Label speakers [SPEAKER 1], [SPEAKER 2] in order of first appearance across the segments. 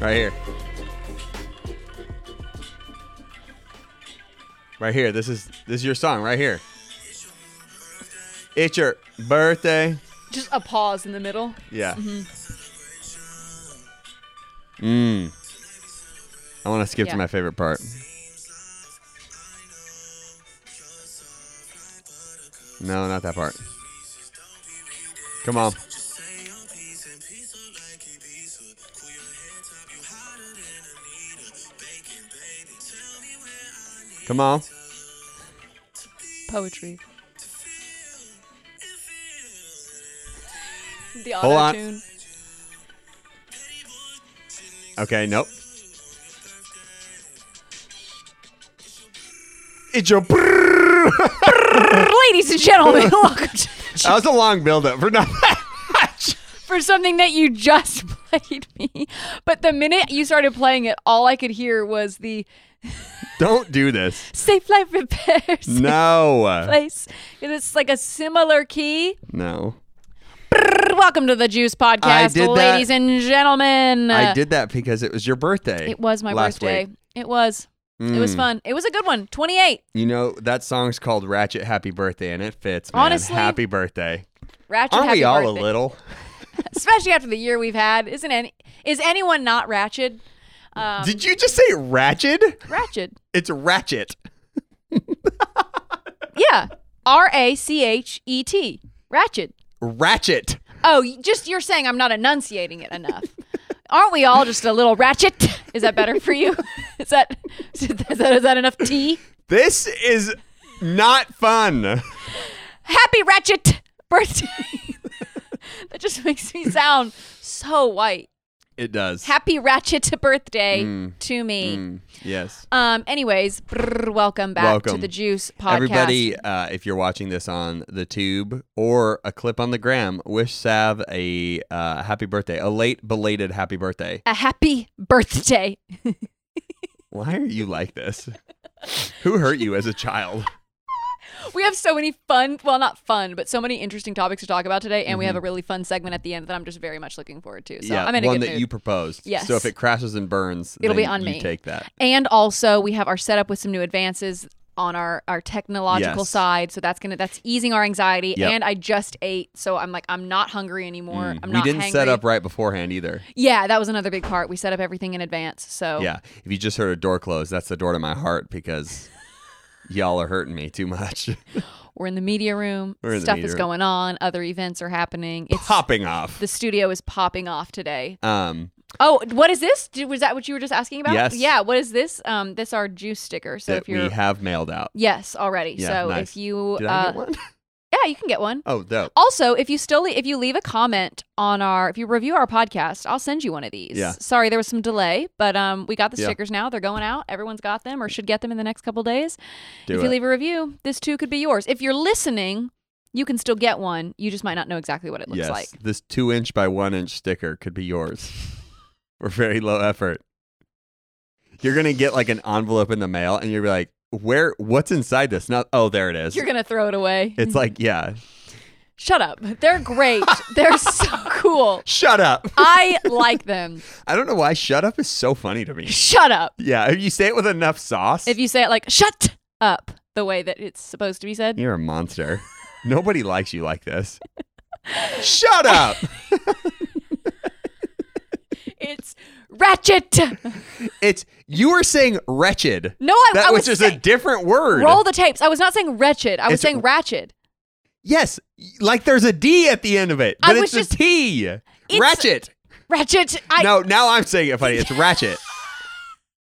[SPEAKER 1] Right here. Right here. This is this is your song right here. It's your birthday.
[SPEAKER 2] Just a pause in the middle.
[SPEAKER 1] Yeah. Mm. I want to skip
[SPEAKER 2] Yeah.
[SPEAKER 1] to my favorite part. No, not that part. Come on. Come on.
[SPEAKER 2] Poetry. The
[SPEAKER 1] Hold on.
[SPEAKER 2] auto tune.
[SPEAKER 1] Okay, nope. It's your. that
[SPEAKER 2] Ladies and gentlemen, welcome to,
[SPEAKER 1] was a long build-up for nothing.
[SPEAKER 2] for something that you just played me. But the minute you started playing it, all I could hear was the
[SPEAKER 1] Don't do this.
[SPEAKER 2] safe life repairs
[SPEAKER 1] No.
[SPEAKER 2] place. And it's like a similar key.
[SPEAKER 1] No.
[SPEAKER 2] Welcome to the Juice Podcast,
[SPEAKER 1] I did that.
[SPEAKER 2] ladies and gentlemen.
[SPEAKER 1] I did that because it was your birthday.
[SPEAKER 2] uh, It was my
[SPEAKER 1] last
[SPEAKER 2] birthday.
[SPEAKER 1] week. Hmm.
[SPEAKER 2] It was. It was fun. It was a good one. 28.
[SPEAKER 1] You know that song's called "Ratchet Happy Birthday" and it fits. Man.
[SPEAKER 2] Honestly,
[SPEAKER 1] happy birthday.
[SPEAKER 2] Ratchet
[SPEAKER 1] Aren't
[SPEAKER 2] happy
[SPEAKER 1] we all
[SPEAKER 2] birthday.
[SPEAKER 1] a little?
[SPEAKER 2] Especially after the year we've had. Isn't any is anyone not ratchet? Um,
[SPEAKER 1] Did you just say ratchet?
[SPEAKER 2] ratchet.
[SPEAKER 1] It's ratchet.
[SPEAKER 2] Yeah. R A C H E T. Ratchet.
[SPEAKER 1] Ratchet.
[SPEAKER 2] Oh, y- just you're saying I'm not enunciating it enough. Aren't we all just a little ratchet? Is that better for you? Is that is that, is that enough tea?
[SPEAKER 1] This is not fun.
[SPEAKER 2] Happy ratchet birthday. that just makes me sound so white.
[SPEAKER 1] It does.
[SPEAKER 2] Happy ratchet birthday
[SPEAKER 1] Mm.
[SPEAKER 2] to me.
[SPEAKER 1] yes.
[SPEAKER 2] Um. Anyways, brr, welcome back to
[SPEAKER 1] Welcome.
[SPEAKER 2] the Juice Podcast.
[SPEAKER 1] Everybody, uh, if you're watching this on the tube or a clip on the gram, wish Sav a uh, happy birthday, a late belated happy birthday.
[SPEAKER 2] a happy birthday.
[SPEAKER 1] Why are you like this? Who hurt you as a child?
[SPEAKER 2] We have so many fun, well, not fun, but so many interesting topics to talk about today, and we have a really fun segment at the end that I'm just very much looking forward to. So
[SPEAKER 1] Mm-hmm. yeah,
[SPEAKER 2] I'm in a
[SPEAKER 1] one
[SPEAKER 2] good
[SPEAKER 1] that
[SPEAKER 2] mood.
[SPEAKER 1] you proposed.
[SPEAKER 2] Yes.
[SPEAKER 1] So if it crashes and burns,
[SPEAKER 2] It'll
[SPEAKER 1] then
[SPEAKER 2] be on
[SPEAKER 1] you
[SPEAKER 2] me.
[SPEAKER 1] Take that.
[SPEAKER 2] and also, we have our setup with some new advances on our our technological
[SPEAKER 1] Yes.
[SPEAKER 2] side, so that's gonna that's easing our anxiety.
[SPEAKER 1] Yep. Mm,
[SPEAKER 2] And I just ate, so I'm like I'm not hungry anymore. I'm
[SPEAKER 1] we
[SPEAKER 2] not.
[SPEAKER 1] didn't set
[SPEAKER 2] hangry.
[SPEAKER 1] up right beforehand either.
[SPEAKER 2] Yeah, that was another big part. We set up everything in advance. So
[SPEAKER 1] Yeah. If you just heard a door close, that's the door to my heart because y'all are hurting me too much.
[SPEAKER 2] we're in the media room.
[SPEAKER 1] We're in the
[SPEAKER 2] Stuff
[SPEAKER 1] media
[SPEAKER 2] is
[SPEAKER 1] room.
[SPEAKER 2] going on. Other events are happening. It's
[SPEAKER 1] Popping off.
[SPEAKER 2] the studio is popping off today.
[SPEAKER 1] Um,
[SPEAKER 2] Oh, what is this? Did, was that what you were just asking about?
[SPEAKER 1] Yes.
[SPEAKER 2] Yeah. What is this? Um, this our juice sticker. So
[SPEAKER 1] that
[SPEAKER 2] if you're
[SPEAKER 1] we have mailed out.
[SPEAKER 2] yes already.
[SPEAKER 1] Yeah,
[SPEAKER 2] so
[SPEAKER 1] nice.
[SPEAKER 2] if you
[SPEAKER 1] Did
[SPEAKER 2] uh,
[SPEAKER 1] I get one?
[SPEAKER 2] yeah, you can get one.
[SPEAKER 1] Oh, dope.
[SPEAKER 2] Also, if you still if you leave a comment on our if you review our podcast, I'll send you one of these.
[SPEAKER 1] Yeah.
[SPEAKER 2] Sorry, there was some delay, but um, we got the
[SPEAKER 1] Yeah.
[SPEAKER 2] stickers now. They're going out. Everyone's got them or should get them in the next couple days.
[SPEAKER 1] Do
[SPEAKER 2] if
[SPEAKER 1] it.
[SPEAKER 2] you leave a review, this too could be yours. If you're listening, you can still get one. You just might not know exactly what it looks
[SPEAKER 1] yes.
[SPEAKER 2] like.
[SPEAKER 1] This two inch by one inch sticker could be yours for very low effort. You're gonna get like an envelope in the mail and you're like, where what's inside this? Not oh there it is.
[SPEAKER 2] You're gonna throw it away.
[SPEAKER 1] it's like, yeah.
[SPEAKER 2] Shut up. They're great. They're so cool.
[SPEAKER 1] Shut up.
[SPEAKER 2] I like them.
[SPEAKER 1] I don't know why shut up is so funny to me.
[SPEAKER 2] Shut up.
[SPEAKER 1] Yeah, if you say it with enough sauce,
[SPEAKER 2] If you say it like shut up the way that it's supposed to be said.
[SPEAKER 1] you're a monster. Nobody likes you like this. Shut up.
[SPEAKER 2] It's ratchet.
[SPEAKER 1] It's you were saying wretched.
[SPEAKER 2] No, I,
[SPEAKER 1] That
[SPEAKER 2] I
[SPEAKER 1] was
[SPEAKER 2] was,
[SPEAKER 1] just a
[SPEAKER 2] saying,
[SPEAKER 1] different word.
[SPEAKER 2] roll the tapes. I was not saying wretched. I was
[SPEAKER 1] It's-
[SPEAKER 2] saying ratchet.
[SPEAKER 1] Yes, like there's a D at the end of it,
[SPEAKER 2] I
[SPEAKER 1] but
[SPEAKER 2] was
[SPEAKER 1] it's
[SPEAKER 2] just-
[SPEAKER 1] a T. ratchet.
[SPEAKER 2] Ratchet. I
[SPEAKER 1] no, now I'm saying it funny. It's ratchet.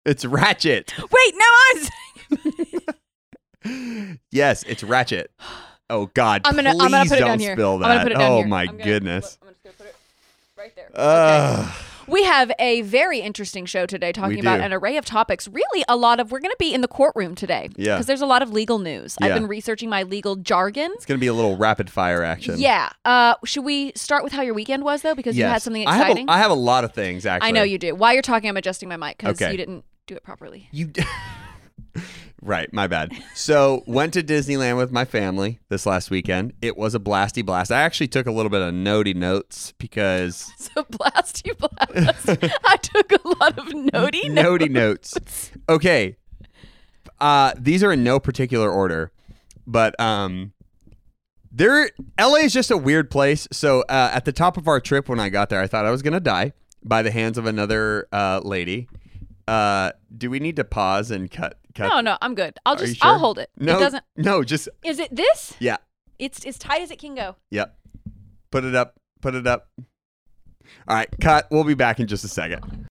[SPEAKER 1] it's ratchet.
[SPEAKER 2] wait, no, I was
[SPEAKER 1] Yes, it's ratchet. Oh God!
[SPEAKER 2] I'm gonna
[SPEAKER 1] please
[SPEAKER 2] I'm gonna put it
[SPEAKER 1] don't
[SPEAKER 2] down here.
[SPEAKER 1] spill
[SPEAKER 2] I'm
[SPEAKER 1] that.
[SPEAKER 2] gonna put it down
[SPEAKER 1] oh
[SPEAKER 2] here.
[SPEAKER 1] my
[SPEAKER 2] I'm gonna-
[SPEAKER 1] goodness.
[SPEAKER 2] I'm just gonna put it right there.
[SPEAKER 1] Ugh.
[SPEAKER 2] We have a very interesting show today talking
[SPEAKER 1] We
[SPEAKER 2] about
[SPEAKER 1] do.
[SPEAKER 2] an array of topics. Really, a lot of, we're going to be in the courtroom today.
[SPEAKER 1] Yeah.
[SPEAKER 2] Because there's a lot of legal news. I've
[SPEAKER 1] Yeah.
[SPEAKER 2] been researching my legal jargon.
[SPEAKER 1] It's gonna be a little rapid fire action.
[SPEAKER 2] Yeah. Uh, should we start with how your weekend was, though? Because you
[SPEAKER 1] Yes.
[SPEAKER 2] had something
[SPEAKER 1] I have,
[SPEAKER 2] exciting.
[SPEAKER 1] a, I have a lot of things actually.
[SPEAKER 2] I know you do. While you're talking, I'm adjusting my mic because
[SPEAKER 1] Okay.
[SPEAKER 2] you didn't do it properly.
[SPEAKER 1] You. Right, my bad. So went to Disneyland with my family this last weekend. It was a blasty blast. I actually took a little bit of notey notes because
[SPEAKER 2] So blasty blast. I took a lot of notey notes.
[SPEAKER 1] notey notes. Okay, uh, these are in no particular order, but um, there LA is just a weird place. So uh, at the top of our trip, when I got there, I thought I was gonna die by the hands of another uh, lady. Uh, do we need to pause and cut? cut?
[SPEAKER 2] No, no, I'm good. I'll
[SPEAKER 1] Are you
[SPEAKER 2] just
[SPEAKER 1] sure?
[SPEAKER 2] I'll hold it.
[SPEAKER 1] No,
[SPEAKER 2] It doesn't
[SPEAKER 1] No, just
[SPEAKER 2] Is it this?
[SPEAKER 1] yeah.
[SPEAKER 2] It's as tight as it can go.
[SPEAKER 1] Yep. Put it up. Put it up. All right, cut. We'll be back in just a second.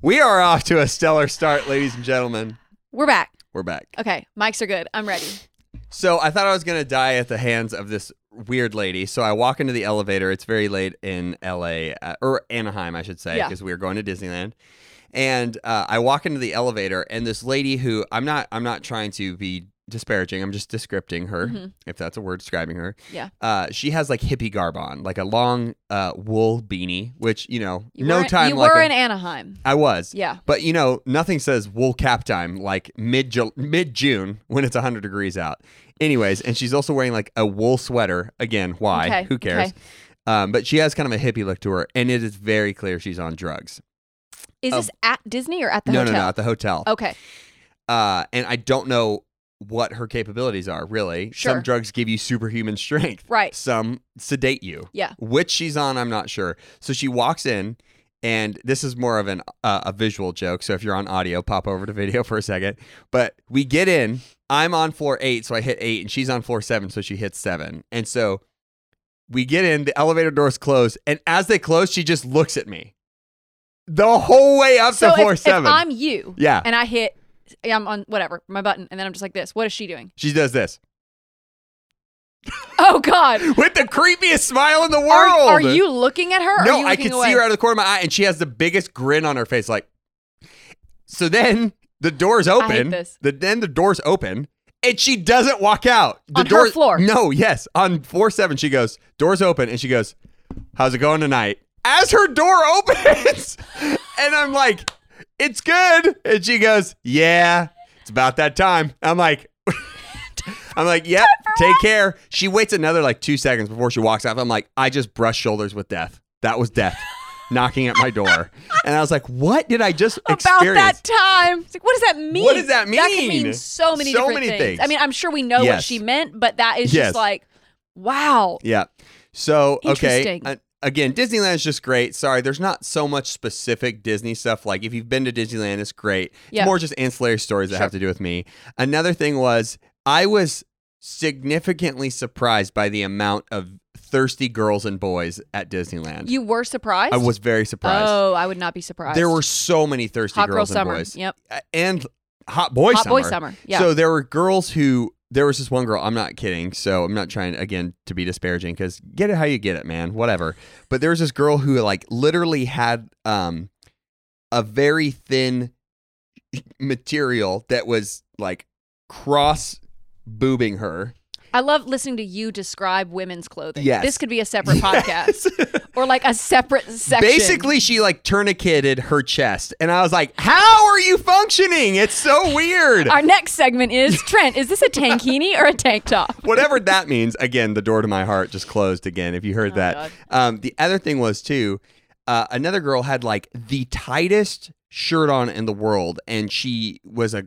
[SPEAKER 1] We are off to a stellar start, ladies and gentlemen.
[SPEAKER 2] We're back.
[SPEAKER 1] We're back.
[SPEAKER 2] Okay, mics are good. I'm ready.
[SPEAKER 1] So I thought I was going to die at the hands of this weird lady. So I walk into the elevator. It's very late in LA, uh, or Anaheim, I should say,
[SPEAKER 2] Yeah.
[SPEAKER 1] because we were going to Disneyland. And uh, I walk into the elevator, and this lady who I'm not, I'm not trying to be disparaging. I'm just descripting her,
[SPEAKER 2] Mhm.
[SPEAKER 1] if that's a word, describing her.
[SPEAKER 2] Yeah.
[SPEAKER 1] Uh, she has like hippie garb on, like a long uh, wool beanie, which you know,
[SPEAKER 2] You
[SPEAKER 1] no
[SPEAKER 2] were in-
[SPEAKER 1] time.
[SPEAKER 2] You
[SPEAKER 1] like
[SPEAKER 2] were
[SPEAKER 1] a-
[SPEAKER 2] in Anaheim.
[SPEAKER 1] I was.
[SPEAKER 2] Yeah.
[SPEAKER 1] But you know, nothing says wool cap time like mid mid June when it's 100 degrees out. Anyways, and she's also wearing like a wool sweater. Again, why?
[SPEAKER 2] Okay,
[SPEAKER 1] Who cares?
[SPEAKER 2] okay.
[SPEAKER 1] Um, but she has kind of a hippie look to her, and it is very clear she's on drugs.
[SPEAKER 2] Is
[SPEAKER 1] Oh.
[SPEAKER 2] this at Disney or at the
[SPEAKER 1] no,
[SPEAKER 2] hotel? Oh.
[SPEAKER 1] no, no, at the hotel.
[SPEAKER 2] Okay.
[SPEAKER 1] Uh, and I don't know what her capabilities are really.
[SPEAKER 2] Sure.
[SPEAKER 1] Some drugs give you superhuman strength.
[SPEAKER 2] Right.
[SPEAKER 1] Some sedate you.
[SPEAKER 2] Yeah.
[SPEAKER 1] Which she's on, I'm not sure. So she walks in, and this is more of an uh, a visual joke. So if you're on audio, pop over to video for a second. But we get in. I'm on floor eight, so I hit eight, and she's on floor seven, so she hits seven. And so we get in. The elevator doors close, and as they close, she just looks at me the whole way up
[SPEAKER 2] So
[SPEAKER 1] to
[SPEAKER 2] if,
[SPEAKER 1] floor
[SPEAKER 2] if
[SPEAKER 1] seven.
[SPEAKER 2] I'm you
[SPEAKER 1] yeah,
[SPEAKER 2] and I hit I'm on whatever, my button, and then I'm just like this. What is she doing?
[SPEAKER 1] she does this.
[SPEAKER 2] Oh God.
[SPEAKER 1] with the creepiest smile in the world.
[SPEAKER 2] Are, are you looking at her? or are
[SPEAKER 1] No,
[SPEAKER 2] you
[SPEAKER 1] I
[SPEAKER 2] looking
[SPEAKER 1] could
[SPEAKER 2] away?
[SPEAKER 1] see her out of the corner of my eye, and she has the biggest grin on her face. Like, so then the doors open.
[SPEAKER 2] this.
[SPEAKER 1] The then the doors open, and she doesn't walk out. The
[SPEAKER 2] On her
[SPEAKER 1] door,
[SPEAKER 2] floor.
[SPEAKER 1] No, yes, on floor seven. She goes, doors open, and she goes, "How's it going tonight?" As her door opens, and I'm like, "It's good," and she goes, "Yeah, it's about that time." I'm like. I'm like, yep, take care. She waits another like two seconds before she walks off. I'm like, I just brushed shoulders with death. That was death knocking at my door. And I was like, what did I just
[SPEAKER 2] about
[SPEAKER 1] experience?
[SPEAKER 2] that time. It's like, what does that mean?
[SPEAKER 1] What does that
[SPEAKER 2] That can
[SPEAKER 1] mean?
[SPEAKER 2] mean so many
[SPEAKER 1] So
[SPEAKER 2] different
[SPEAKER 1] many
[SPEAKER 2] things.
[SPEAKER 1] things.
[SPEAKER 2] I mean, I'm sure we know what
[SPEAKER 1] Yes.
[SPEAKER 2] she meant, but that is
[SPEAKER 1] Yes.
[SPEAKER 2] just like, wow.
[SPEAKER 1] Yeah. So okay.
[SPEAKER 2] Interesting.
[SPEAKER 1] uh, again, Disneyland is just great. Sorry, there's not so much specific Disney stuff. Like if you've been to Disneyland, it's great.
[SPEAKER 2] Yeah.
[SPEAKER 1] It's more just ancillary stories that have to do with me. Another thing was I was significantly surprised by the amount of thirsty girls and boys at Disneyland.
[SPEAKER 2] You were surprised.
[SPEAKER 1] I was very surprised.
[SPEAKER 2] Oh, I would not be surprised.
[SPEAKER 1] There were so many thirsty
[SPEAKER 2] hot girl
[SPEAKER 1] girls and
[SPEAKER 2] summer.
[SPEAKER 1] boys.
[SPEAKER 2] Yep.
[SPEAKER 1] Uh, And hot boy
[SPEAKER 2] hot
[SPEAKER 1] summer.
[SPEAKER 2] boy summer. Yeah.
[SPEAKER 1] So there were girls who there was this one girl. I'm not kidding. So I'm not trying again to be disparaging because get it how you get it, man. Whatever. But there was this girl who like literally had um a very thin material that was like cross boobing her.
[SPEAKER 2] I love listening to you describe women's clothing.
[SPEAKER 1] Yes.
[SPEAKER 2] This could be a separate podcast or like a separate section.
[SPEAKER 1] Basically, she like tourniqueted her chest, and I was like, "How are you functioning? It's so weird."
[SPEAKER 2] Our next segment is Trent, is this a tankini or a tank top?
[SPEAKER 1] whatever that means. Again, the door to my heart just closed again. If you heard
[SPEAKER 2] Oh,
[SPEAKER 1] that,
[SPEAKER 2] God.
[SPEAKER 1] um, the other thing was too. Uh, another girl had like the tightest shirt on in the world, and she was a,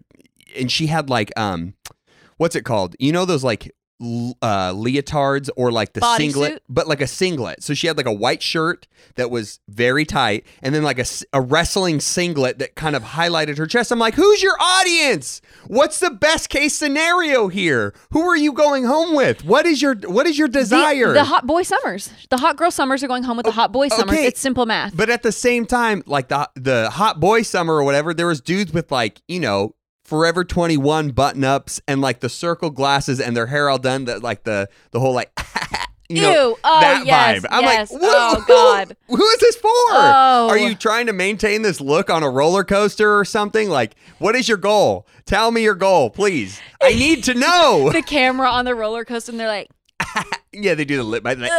[SPEAKER 1] and she had like um, what's it called? You know those like l- uh leotards or like the
[SPEAKER 2] Bodysuit?
[SPEAKER 1] singlet but like a singlet so she had like a white shirt that was very tight and then like a, s- a wrestling singlet that kind of highlighted her chest i'm like who's your audience what's the best case scenario here who are you going home with what is your what is your
[SPEAKER 2] The-
[SPEAKER 1] desire
[SPEAKER 2] The, hot boy summers. The hot girl summers are going home with the hot boy summers.
[SPEAKER 1] okay.
[SPEAKER 2] It's simple math.
[SPEAKER 1] But at the same time, like the the hot boy summer or whatever, there was dudes with like you know Forever Twenty One button ups and like the circle glasses and their hair all done. That like the the whole like you know
[SPEAKER 2] Ew. Oh,
[SPEAKER 1] that
[SPEAKER 2] yes,
[SPEAKER 1] vibe. I'm
[SPEAKER 2] yes.
[SPEAKER 1] like,
[SPEAKER 2] Oh,
[SPEAKER 1] whoa,
[SPEAKER 2] God.
[SPEAKER 1] who is this for?
[SPEAKER 2] Oh.
[SPEAKER 1] Are you trying to maintain this look on a roller coaster or something? Like, what is your goal? Tell me your goal, please. I need to know.
[SPEAKER 2] the camera on the roller coaster and they're like,
[SPEAKER 1] yeah, they do the lip bite. Like,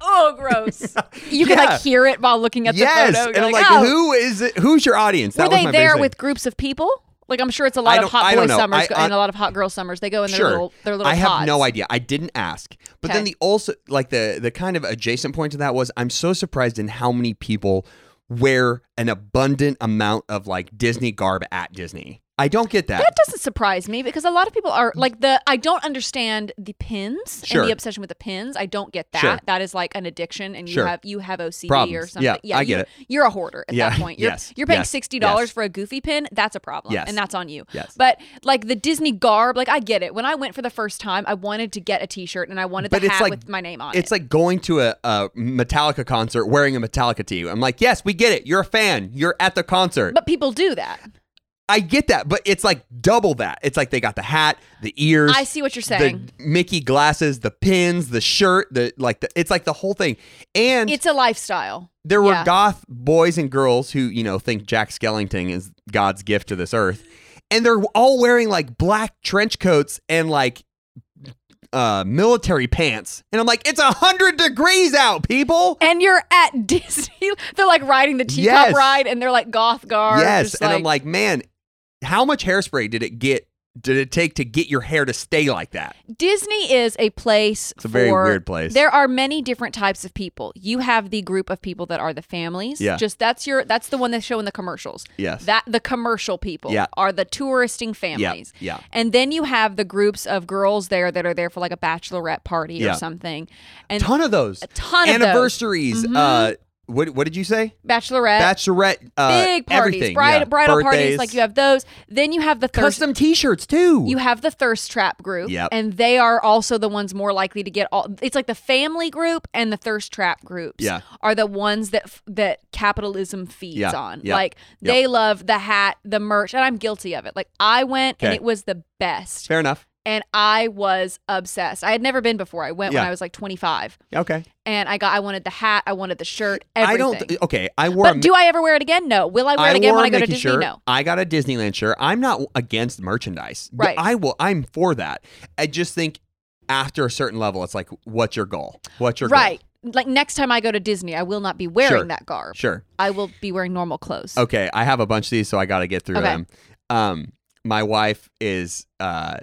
[SPEAKER 2] oh, gross. You can
[SPEAKER 1] Yeah.
[SPEAKER 2] like hear it while looking at the
[SPEAKER 1] yes,
[SPEAKER 2] photo.
[SPEAKER 1] and
[SPEAKER 2] You're
[SPEAKER 1] I'm like,
[SPEAKER 2] oh.
[SPEAKER 1] who is it? Who's your audience?
[SPEAKER 2] Were
[SPEAKER 1] that was
[SPEAKER 2] they
[SPEAKER 1] my
[SPEAKER 2] there
[SPEAKER 1] biggest thing.
[SPEAKER 2] with groups of people? Like I'm sure it's a
[SPEAKER 1] I
[SPEAKER 2] lot of
[SPEAKER 1] don't-
[SPEAKER 2] hot
[SPEAKER 1] I
[SPEAKER 2] boy
[SPEAKER 1] don't know.
[SPEAKER 2] summers
[SPEAKER 1] I-
[SPEAKER 2] go-
[SPEAKER 1] I-
[SPEAKER 2] and a lot of hot girl summers. They go in their little their little
[SPEAKER 1] I have
[SPEAKER 2] pods.
[SPEAKER 1] no idea. I didn't ask. But then
[SPEAKER 2] Okay.
[SPEAKER 1] the also like the the kind of adjacent point to that was I'm so surprised in how many people wear an abundant amount of like Disney garb at Disney. I don't get that.
[SPEAKER 2] That doesn't surprise me because a lot of people are like the I don't understand the pins
[SPEAKER 1] Mm. Sure.
[SPEAKER 2] and the obsession with the pins. I don't get that.
[SPEAKER 1] Sure.
[SPEAKER 2] That is like an addiction and you
[SPEAKER 1] Sure.
[SPEAKER 2] have you have OCD or
[SPEAKER 1] Problems.
[SPEAKER 2] something.
[SPEAKER 1] Yeah, I get
[SPEAKER 2] you,
[SPEAKER 1] it.
[SPEAKER 2] You're a hoarder at
[SPEAKER 1] Yeah.
[SPEAKER 2] that point. You're,
[SPEAKER 1] Yes.
[SPEAKER 2] you're paying
[SPEAKER 1] Yes.
[SPEAKER 2] sixty dollars
[SPEAKER 1] Yes.
[SPEAKER 2] for a goofy pin. That's a problem.
[SPEAKER 1] Yes.
[SPEAKER 2] And that's on you.
[SPEAKER 1] Yes.
[SPEAKER 2] But like the Disney garb, like I get it. When I went for the first time, I wanted to get a T-shirt and I wanted
[SPEAKER 1] But
[SPEAKER 2] the
[SPEAKER 1] it's
[SPEAKER 2] hat
[SPEAKER 1] like-
[SPEAKER 2] with my name on
[SPEAKER 1] it's
[SPEAKER 2] it.
[SPEAKER 1] like going to a, a Metallica concert wearing a Metallica tee. I'm like, yes, we get it. You're a fan. You're at the concert.
[SPEAKER 2] But people do that.
[SPEAKER 1] I get that, but it's like double that. It's like they got the hat, the ears.
[SPEAKER 2] I see what you're saying.
[SPEAKER 1] The Mickey glasses, the pins, the shirt, the like. The, it's like the whole thing. And
[SPEAKER 2] It's a lifestyle.
[SPEAKER 1] there were
[SPEAKER 2] yeah.
[SPEAKER 1] goth boys and girls who you know think Jack Skellington is God's gift to this earth, and they're all wearing like black trench coats and like uh military pants. And I'm like, it's a hundred degrees out, people.
[SPEAKER 2] And you're at Disney. They're like riding the teacup
[SPEAKER 1] Yes.
[SPEAKER 2] ride, and they're like goth guards.
[SPEAKER 1] Yes,
[SPEAKER 2] just
[SPEAKER 1] and I'm like, man, how much hairspray did it get? Did it take to get your hair to stay like that?
[SPEAKER 2] Disney is a place
[SPEAKER 1] It's a very
[SPEAKER 2] for-
[SPEAKER 1] weird place.
[SPEAKER 2] There are many different types of people. You have the group of people that are the families.
[SPEAKER 1] Yeah.
[SPEAKER 2] Just that's your that's the one they show in the commercials.
[SPEAKER 1] Yes.
[SPEAKER 2] That the commercial people
[SPEAKER 1] Yeah.
[SPEAKER 2] are the touristing families.
[SPEAKER 1] yeah.
[SPEAKER 2] And then you have the groups of girls there that are there for like a bachelorette party
[SPEAKER 1] Yeah.
[SPEAKER 2] or something. And
[SPEAKER 1] ton of those.
[SPEAKER 2] ton of those. Mm-hmm.
[SPEAKER 1] anniversaries. Uh, what what did you say?
[SPEAKER 2] bachelorette
[SPEAKER 1] Bachelorette. Uh,
[SPEAKER 2] big parties,
[SPEAKER 1] everything,
[SPEAKER 2] bride,
[SPEAKER 1] yeah.
[SPEAKER 2] bridal parties,
[SPEAKER 1] Birthdays.
[SPEAKER 2] like you have those. Then you have the thirst
[SPEAKER 1] custom T-shirts too.
[SPEAKER 2] you have the thirst trap group
[SPEAKER 1] Yep.
[SPEAKER 2] and they are also the ones more likely to get all it's like the family group and the thirst trap groups
[SPEAKER 1] Yeah.
[SPEAKER 2] are the ones that f- that capitalism feeds
[SPEAKER 1] Yeah,
[SPEAKER 2] on
[SPEAKER 1] yeah,
[SPEAKER 2] like
[SPEAKER 1] yeah.
[SPEAKER 2] they love the hat the merch and i'm guilty of it like i went and
[SPEAKER 1] Okay.
[SPEAKER 2] it was the best
[SPEAKER 1] Fair enough.
[SPEAKER 2] and i was obsessed i had never been before i went
[SPEAKER 1] Yeah.
[SPEAKER 2] when i was like 25
[SPEAKER 1] Okay.
[SPEAKER 2] and i got i wanted the hat i wanted the shirt everything
[SPEAKER 1] I don't. Okay. I wore. a,
[SPEAKER 2] but do i ever wear it again no will i wear it again
[SPEAKER 1] wore
[SPEAKER 2] when
[SPEAKER 1] a
[SPEAKER 2] i go to
[SPEAKER 1] Mickey
[SPEAKER 2] disney
[SPEAKER 1] shirt.
[SPEAKER 2] no
[SPEAKER 1] I got a Disneyland shirt. I'm not against merchandise.
[SPEAKER 2] Right.
[SPEAKER 1] I will. I'm for that. I just think after a certain level, it's like, what's your goal? What's your
[SPEAKER 2] right like next time i go to disney i will not be wearing
[SPEAKER 1] Sure.
[SPEAKER 2] that garb
[SPEAKER 1] goal? Sure.
[SPEAKER 2] I will be wearing normal clothes.
[SPEAKER 1] Okay, I have a bunch of these, so I got to get through
[SPEAKER 2] Okay.
[SPEAKER 1] them. Um, my wife is uh,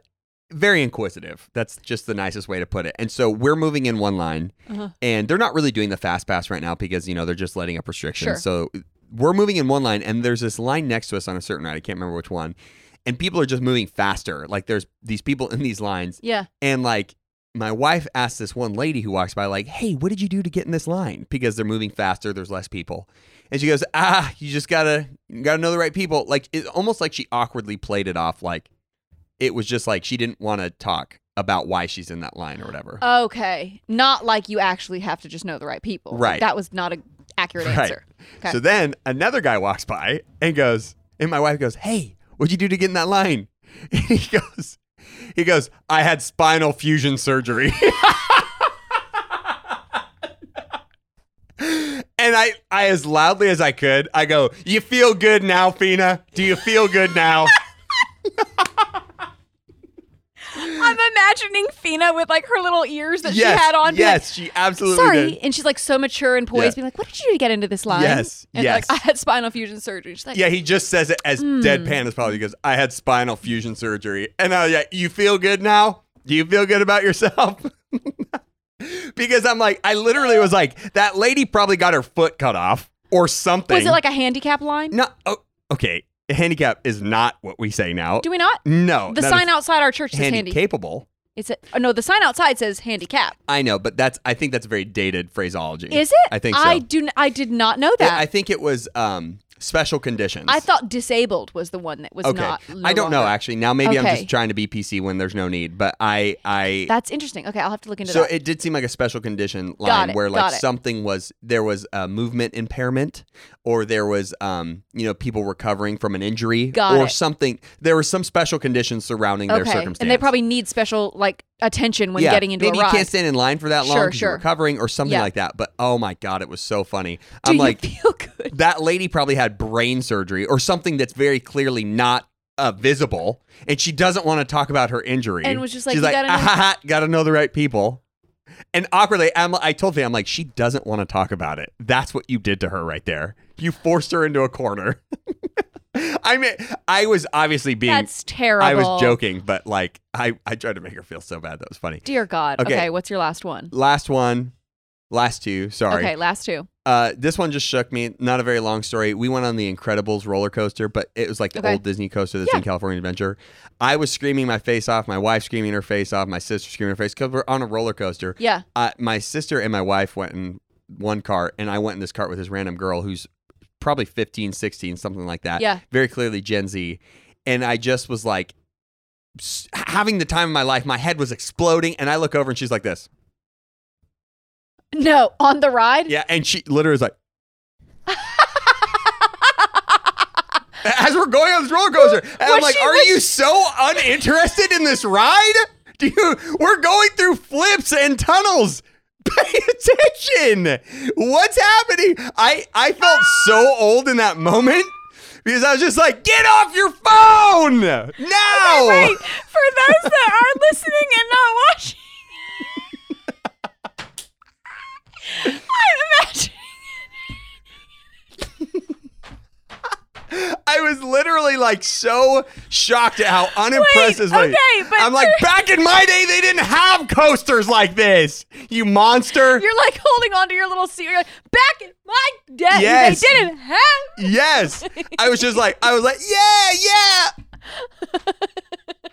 [SPEAKER 1] very inquisitive. That's just the nicest way to put it. And so we're moving in one line,
[SPEAKER 2] Uh-huh.
[SPEAKER 1] and they're not really doing the fast pass right now because you know they're just letting up restrictions.
[SPEAKER 2] Sure.
[SPEAKER 1] So we're moving in one line, and there's this line next to us on a certain ride. I can't remember which one, and people are just moving faster. Like there's these people in these lines,
[SPEAKER 2] Yeah.
[SPEAKER 1] and like my wife asked this one lady who walks by, like, "Hey, what did you do to get in this line?" Because they're moving faster, there's less people, and she goes, "Ah, you just gotta you gotta know the right people." Like it's almost like she awkwardly played it off, like it was just like she didn't want to talk about why she's in that line or whatever.
[SPEAKER 2] Okay. Not like you actually have to just know the right people. Like,
[SPEAKER 1] Right.
[SPEAKER 2] That was not an accurate
[SPEAKER 1] Right.
[SPEAKER 2] answer. Okay.
[SPEAKER 1] So then another guy walks by and goes, and my wife goes, "Hey, what'd you do to get in that line?" And he goes, he goes, "I had spinal fusion surgery." And I, I, as loudly as I could, I go, You feel good now, Fina? Do you feel good now?
[SPEAKER 2] I'm imagining Fina with like her little ears that
[SPEAKER 1] yes.
[SPEAKER 2] she had on. being
[SPEAKER 1] Yes, she
[SPEAKER 2] Like,
[SPEAKER 1] absolutely
[SPEAKER 2] Sorry.
[SPEAKER 1] did.
[SPEAKER 2] And she's like so mature and poised,
[SPEAKER 1] Yeah.
[SPEAKER 2] being like, What did you do to get into this line?
[SPEAKER 1] Yes,
[SPEAKER 2] And
[SPEAKER 1] yes.
[SPEAKER 2] like, I had spinal fusion surgery. She's like,
[SPEAKER 1] Yeah, he just says it as
[SPEAKER 2] Hmm.
[SPEAKER 1] deadpan as possible. He goes, I had spinal fusion surgery. And I was like, You feel good now? Do you feel good about yourself? because I'm like, I literally was like, That lady probably got her foot cut off or something.
[SPEAKER 2] Was it like a handicap line?
[SPEAKER 1] No, oh, okay. Handicap is not what we say now.
[SPEAKER 2] Do we not?
[SPEAKER 1] no.
[SPEAKER 2] The
[SPEAKER 1] not
[SPEAKER 2] sign
[SPEAKER 1] as
[SPEAKER 2] outside our church says
[SPEAKER 1] handi-
[SPEAKER 2] handy.
[SPEAKER 1] capable.
[SPEAKER 2] It's a, oh, no, the sign outside says handicap.
[SPEAKER 1] I know, but that's I think that's very dated phraseology.
[SPEAKER 2] Is it?
[SPEAKER 1] I think so.
[SPEAKER 2] I do. N- I did not know that.
[SPEAKER 1] I think it was um, special conditions.
[SPEAKER 2] I thought disabled was the one that was
[SPEAKER 1] okay.
[SPEAKER 2] not. no
[SPEAKER 1] I don't know
[SPEAKER 2] longer.
[SPEAKER 1] actually. Now maybe I'm
[SPEAKER 2] Okay.
[SPEAKER 1] just trying to be PC when there's no need, but I I
[SPEAKER 2] That's interesting. Okay, I'll have to look into
[SPEAKER 1] so
[SPEAKER 2] that.
[SPEAKER 1] it did seem like a special condition
[SPEAKER 2] Got
[SPEAKER 1] line
[SPEAKER 2] it,
[SPEAKER 1] where like
[SPEAKER 2] got it.
[SPEAKER 1] something was there was a movement impairment or there was um you know people recovering from an injury
[SPEAKER 2] Got
[SPEAKER 1] or
[SPEAKER 2] it.
[SPEAKER 1] something there was some special conditions surrounding their circumstance.
[SPEAKER 2] And they probably need special like attention when
[SPEAKER 1] yeah,
[SPEAKER 2] getting into
[SPEAKER 1] maybe
[SPEAKER 2] a ride.
[SPEAKER 1] you can't stand in line for that long
[SPEAKER 2] Sure,
[SPEAKER 1] 'cause you're
[SPEAKER 2] sure.
[SPEAKER 1] recovering or something
[SPEAKER 2] Yeah.
[SPEAKER 1] like that. But oh my god, it was so funny.
[SPEAKER 2] Do
[SPEAKER 1] I'm
[SPEAKER 2] you
[SPEAKER 1] like
[SPEAKER 2] feel good?
[SPEAKER 1] that lady probably had brain surgery or something that's very clearly not uh, visible, and she doesn't want to talk about her injury.
[SPEAKER 2] And was just like,
[SPEAKER 1] she's
[SPEAKER 2] "You
[SPEAKER 1] like,
[SPEAKER 2] gotta know-"
[SPEAKER 1] "Ah, ha, ha, gotta know the right people. And awkwardly, I'm, I told Faye, I'm like, she doesn't want to talk about it. That's what you did to her right there. You forced her into a corner. I mean, I was obviously being.
[SPEAKER 2] That's terrible.
[SPEAKER 1] I was joking, but like, I I tried to make her feel so bad. That was funny.
[SPEAKER 2] Dear God.
[SPEAKER 1] Okay.
[SPEAKER 2] Okay. what's your last one?
[SPEAKER 1] Last one, last two. Sorry.
[SPEAKER 2] Okay, last two.
[SPEAKER 1] Uh, this one just shook me. Not a very long story. We went on the Incredibles roller coaster, but it was like the
[SPEAKER 2] Okay.
[SPEAKER 1] old Disney coaster that's
[SPEAKER 2] Yeah.
[SPEAKER 1] in California Adventure. I was screaming my face off. My wife screaming her face off. My sister screaming her face because we're on a roller coaster.
[SPEAKER 2] Yeah.
[SPEAKER 1] Uh, my sister and my wife went in one cart, and I went in this cart with this random girl who's probably 15, 16, something like that.
[SPEAKER 2] Yeah.
[SPEAKER 1] Very clearly Gen Z. And I just was like s- having the time of my life. My head was exploding, and I look over and she's like this.
[SPEAKER 2] No, on the ride?
[SPEAKER 1] Yeah, and she literally is like, as we're going on this roller coaster, and I'm
[SPEAKER 2] Was
[SPEAKER 1] like,
[SPEAKER 2] she-
[SPEAKER 1] are
[SPEAKER 2] was
[SPEAKER 1] you so uninterested in this ride? Do you, we're going through flips and tunnels. Pay attention. What's happening? I I felt so old in that moment because I was just like, get off your phone now.
[SPEAKER 2] Wait, for those that are listening and not watching, I'm imagining.
[SPEAKER 1] I was literally like so shocked at how unimpressed
[SPEAKER 2] Wait,
[SPEAKER 1] this was.
[SPEAKER 2] okay, but
[SPEAKER 1] I'm like,
[SPEAKER 2] you're-
[SPEAKER 1] back in my day, they didn't have coasters like this. You monster.
[SPEAKER 2] You're like holding onto your little seat. You're like, back in my day,
[SPEAKER 1] Yes.
[SPEAKER 2] they didn't have.
[SPEAKER 1] Yes. I was just like, I was like, yeah, yeah.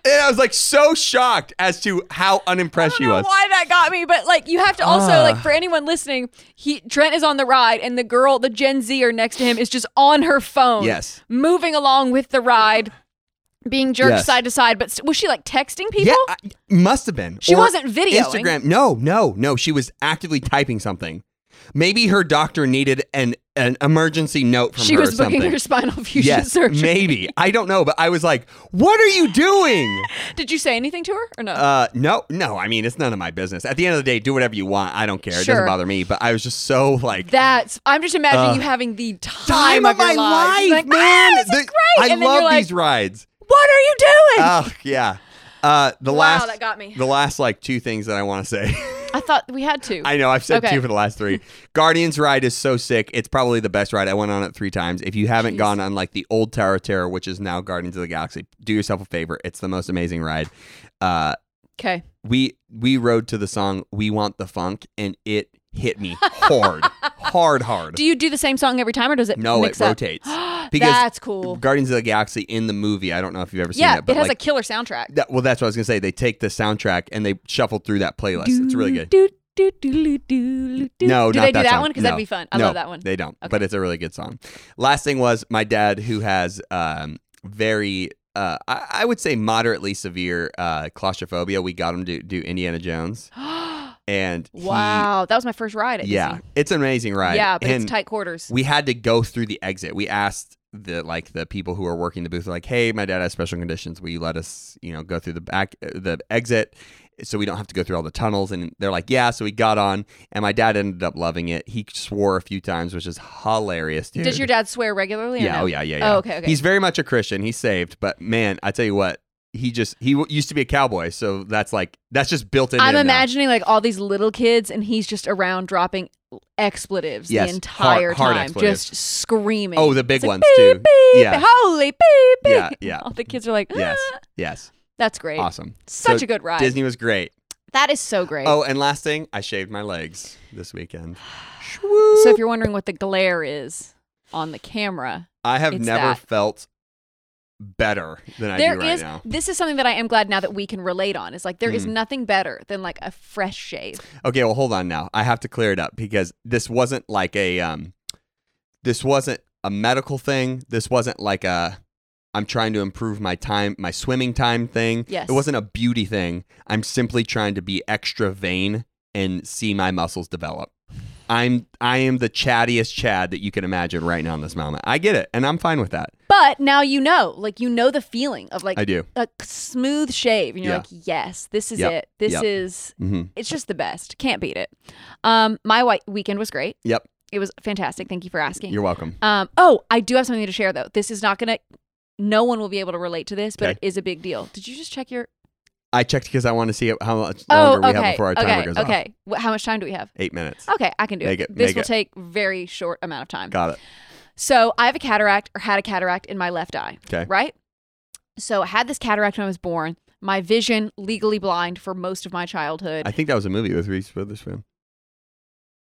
[SPEAKER 1] and I was like so shocked as to how unimpressed
[SPEAKER 2] I
[SPEAKER 1] she
[SPEAKER 2] don't know
[SPEAKER 1] was.
[SPEAKER 2] why that got me, but like you have to also
[SPEAKER 1] Ah.
[SPEAKER 2] like for anyone listening, he Trent is on the ride and the girl, the Gen Zer next to him is just on her phone.
[SPEAKER 1] Yes.
[SPEAKER 2] Moving along with the ride, being jerked
[SPEAKER 1] Yes.
[SPEAKER 2] side to side. But s- was she like texting people?
[SPEAKER 1] Yeah, I, must have been.
[SPEAKER 2] She wasn't videoing.
[SPEAKER 1] Instagram. No, no, no. She was actively typing something. Maybe her doctor needed an an emergency note from
[SPEAKER 2] she
[SPEAKER 1] her.
[SPEAKER 2] was
[SPEAKER 1] or
[SPEAKER 2] booking
[SPEAKER 1] something.
[SPEAKER 2] her spinal fusion
[SPEAKER 1] yes,
[SPEAKER 2] surgery.
[SPEAKER 1] maybe. I don't know, but I was like, "What are you doing?"
[SPEAKER 2] Did you say anything to her or no?
[SPEAKER 1] Uh, no, no. I mean, it's none of my business. At the end of the day, do whatever you want. I don't care. It doesn't
[SPEAKER 2] Sure.
[SPEAKER 1] bother me. But I was just so like,
[SPEAKER 2] That's I'm just imagining
[SPEAKER 1] uh,
[SPEAKER 2] you having the time,
[SPEAKER 1] time of my
[SPEAKER 2] your
[SPEAKER 1] life,
[SPEAKER 2] You're like,
[SPEAKER 1] man.
[SPEAKER 2] "Ah, this is
[SPEAKER 1] The-
[SPEAKER 2] great.
[SPEAKER 1] I
[SPEAKER 2] and then
[SPEAKER 1] love
[SPEAKER 2] you're like,
[SPEAKER 1] these rides.
[SPEAKER 2] What are you doing?
[SPEAKER 1] Oh yeah. Uh, the
[SPEAKER 2] Wow,
[SPEAKER 1] last
[SPEAKER 2] that got me.
[SPEAKER 1] the last like two things that I want to say.
[SPEAKER 2] I thought we had to.
[SPEAKER 1] I know I've said
[SPEAKER 2] Okay.
[SPEAKER 1] two for the last three. Guardians ride is so sick. It's probably the best ride. I went on it three times. If you haven't
[SPEAKER 2] Jeez.
[SPEAKER 1] gone on like the old Tower of Terror, which is now Guardians of the Galaxy, do yourself a favor. It's the most amazing ride. Uh,
[SPEAKER 2] okay.
[SPEAKER 1] we we rode to the song "We Want the Funk" and it hit me hard, hard, hard.
[SPEAKER 2] Do you do the same song every time, or does it?
[SPEAKER 1] no, it
[SPEAKER 2] mix up?
[SPEAKER 1] rotates. because
[SPEAKER 2] That's cool.
[SPEAKER 1] Guardians of the Galaxy in the movie. I don't know if you've ever seen
[SPEAKER 2] Yeah,
[SPEAKER 1] it, but
[SPEAKER 2] it has
[SPEAKER 1] like
[SPEAKER 2] a killer soundtrack.
[SPEAKER 1] that, well, that's what I was gonna say. They take the soundtrack and they shuffle through that playlist. It's really good.
[SPEAKER 2] Do, do, do, do, do, do.
[SPEAKER 1] No,
[SPEAKER 2] do
[SPEAKER 1] not
[SPEAKER 2] they do
[SPEAKER 1] that
[SPEAKER 2] that
[SPEAKER 1] song.
[SPEAKER 2] one? Because
[SPEAKER 1] No.
[SPEAKER 2] that'd be fun. I
[SPEAKER 1] no,
[SPEAKER 2] love that one.
[SPEAKER 1] They don't, but
[SPEAKER 2] Okay.
[SPEAKER 1] it's a really good song. Last thing was my dad, who has um, very, uh, I, I would say, moderately severe uh, claustrophobia. We got him to do Indiana Jones, and he-
[SPEAKER 2] wow, that was my first ride. At
[SPEAKER 1] yeah,
[SPEAKER 2] Disney.
[SPEAKER 1] it's an amazing ride.
[SPEAKER 2] yeah, but
[SPEAKER 1] And
[SPEAKER 2] it's tight quarters.
[SPEAKER 1] We had to go through the exit. We asked the like the people who were working the booth, like, "Hey, my dad has special conditions. Will you let us, you know, go through the back uh, the exit?" So we don't have to go through all the tunnels, and they're like, "Yeah." So we got on, and my dad ended up loving it. He swore a few times, which is hilarious, dude.
[SPEAKER 2] Does your dad swear regularly? or
[SPEAKER 1] Yeah,
[SPEAKER 2] no?
[SPEAKER 1] oh yeah, yeah, yeah.
[SPEAKER 2] Oh, okay, okay.
[SPEAKER 1] He's very much a Christian. He's saved, but man, I tell you what, he just he w- used to be a cowboy, so that's like that's just built in.
[SPEAKER 2] I'm
[SPEAKER 1] him now.
[SPEAKER 2] imagining like all these little kids, and he's just around dropping expletives
[SPEAKER 1] Yes,
[SPEAKER 2] the
[SPEAKER 1] hard-
[SPEAKER 2] entire
[SPEAKER 1] hard
[SPEAKER 2] time,
[SPEAKER 1] expletives.
[SPEAKER 2] just screaming.
[SPEAKER 1] Oh, the big
[SPEAKER 2] It's like,
[SPEAKER 1] ones
[SPEAKER 2] beep,
[SPEAKER 1] too.
[SPEAKER 2] Beep,
[SPEAKER 1] Yeah.
[SPEAKER 2] holy beep, beep.
[SPEAKER 1] Yeah, yeah.
[SPEAKER 2] All the kids are like,
[SPEAKER 1] Yes,
[SPEAKER 2] "Ah."
[SPEAKER 1] yes,
[SPEAKER 2] that's great.
[SPEAKER 1] awesome.
[SPEAKER 2] Such
[SPEAKER 1] So
[SPEAKER 2] a good ride.
[SPEAKER 1] Disney was great.
[SPEAKER 2] That is so great.
[SPEAKER 1] Oh, and last thing, I shaved my legs this weekend.
[SPEAKER 2] So if you're wondering what the glare is on the camera,
[SPEAKER 1] I have
[SPEAKER 2] It's
[SPEAKER 1] never
[SPEAKER 2] that.
[SPEAKER 1] felt better than I
[SPEAKER 2] there
[SPEAKER 1] do
[SPEAKER 2] is
[SPEAKER 1] right now. Mm.
[SPEAKER 2] this is something that I am glad now that we can relate on. Is like there is nothing better than like a fresh shave.
[SPEAKER 1] Okay, well, hold on now. I have to clear it up because this wasn't like a um, this wasn't a medical thing. This wasn't like a I'm trying to improve my time, my swimming time thing.
[SPEAKER 2] Yes.
[SPEAKER 1] it wasn't a beauty thing. I'm simply trying to be extra vain and see my muscles develop. I'm I am the chattiest Chad that you can imagine right now in this moment. I get it, and I'm fine with that.
[SPEAKER 2] But now you know, like you know the feeling of like
[SPEAKER 1] I do.
[SPEAKER 2] a smooth shave, and you're
[SPEAKER 1] Yeah.
[SPEAKER 2] like, yes, this is
[SPEAKER 1] Yep.
[SPEAKER 2] it. This
[SPEAKER 1] Yep.
[SPEAKER 2] is
[SPEAKER 1] Mm-hmm.
[SPEAKER 2] it's just the best. Can't beat it. Um, my white weekend was great.
[SPEAKER 1] Yep.
[SPEAKER 2] It was fantastic. Thank you for asking.
[SPEAKER 1] You're welcome.
[SPEAKER 2] Um, oh, I do have something to share though. This is not gonna. No one will be able to relate to this, but
[SPEAKER 1] Okay.
[SPEAKER 2] it is a big deal. Did you just check your?
[SPEAKER 1] I checked because I want to see how much
[SPEAKER 2] Oh,
[SPEAKER 1] longer we have
[SPEAKER 2] okay.
[SPEAKER 1] before our timer
[SPEAKER 2] okay. Oh.
[SPEAKER 1] goes off.
[SPEAKER 2] Okay. Wh- How much time do we have?
[SPEAKER 1] Eight minutes.
[SPEAKER 2] Okay, I can do
[SPEAKER 1] Make
[SPEAKER 2] it.
[SPEAKER 1] it-
[SPEAKER 2] This
[SPEAKER 1] make
[SPEAKER 2] will
[SPEAKER 1] it.
[SPEAKER 2] take very short amount of time.
[SPEAKER 1] Got it.
[SPEAKER 2] So I have a cataract or had a cataract in my left eye.
[SPEAKER 1] Okay.
[SPEAKER 2] Right? So I had this cataract when I was born. My vision legally blind for most of my childhood.
[SPEAKER 1] I think that was a movie with Reese Witherspoon.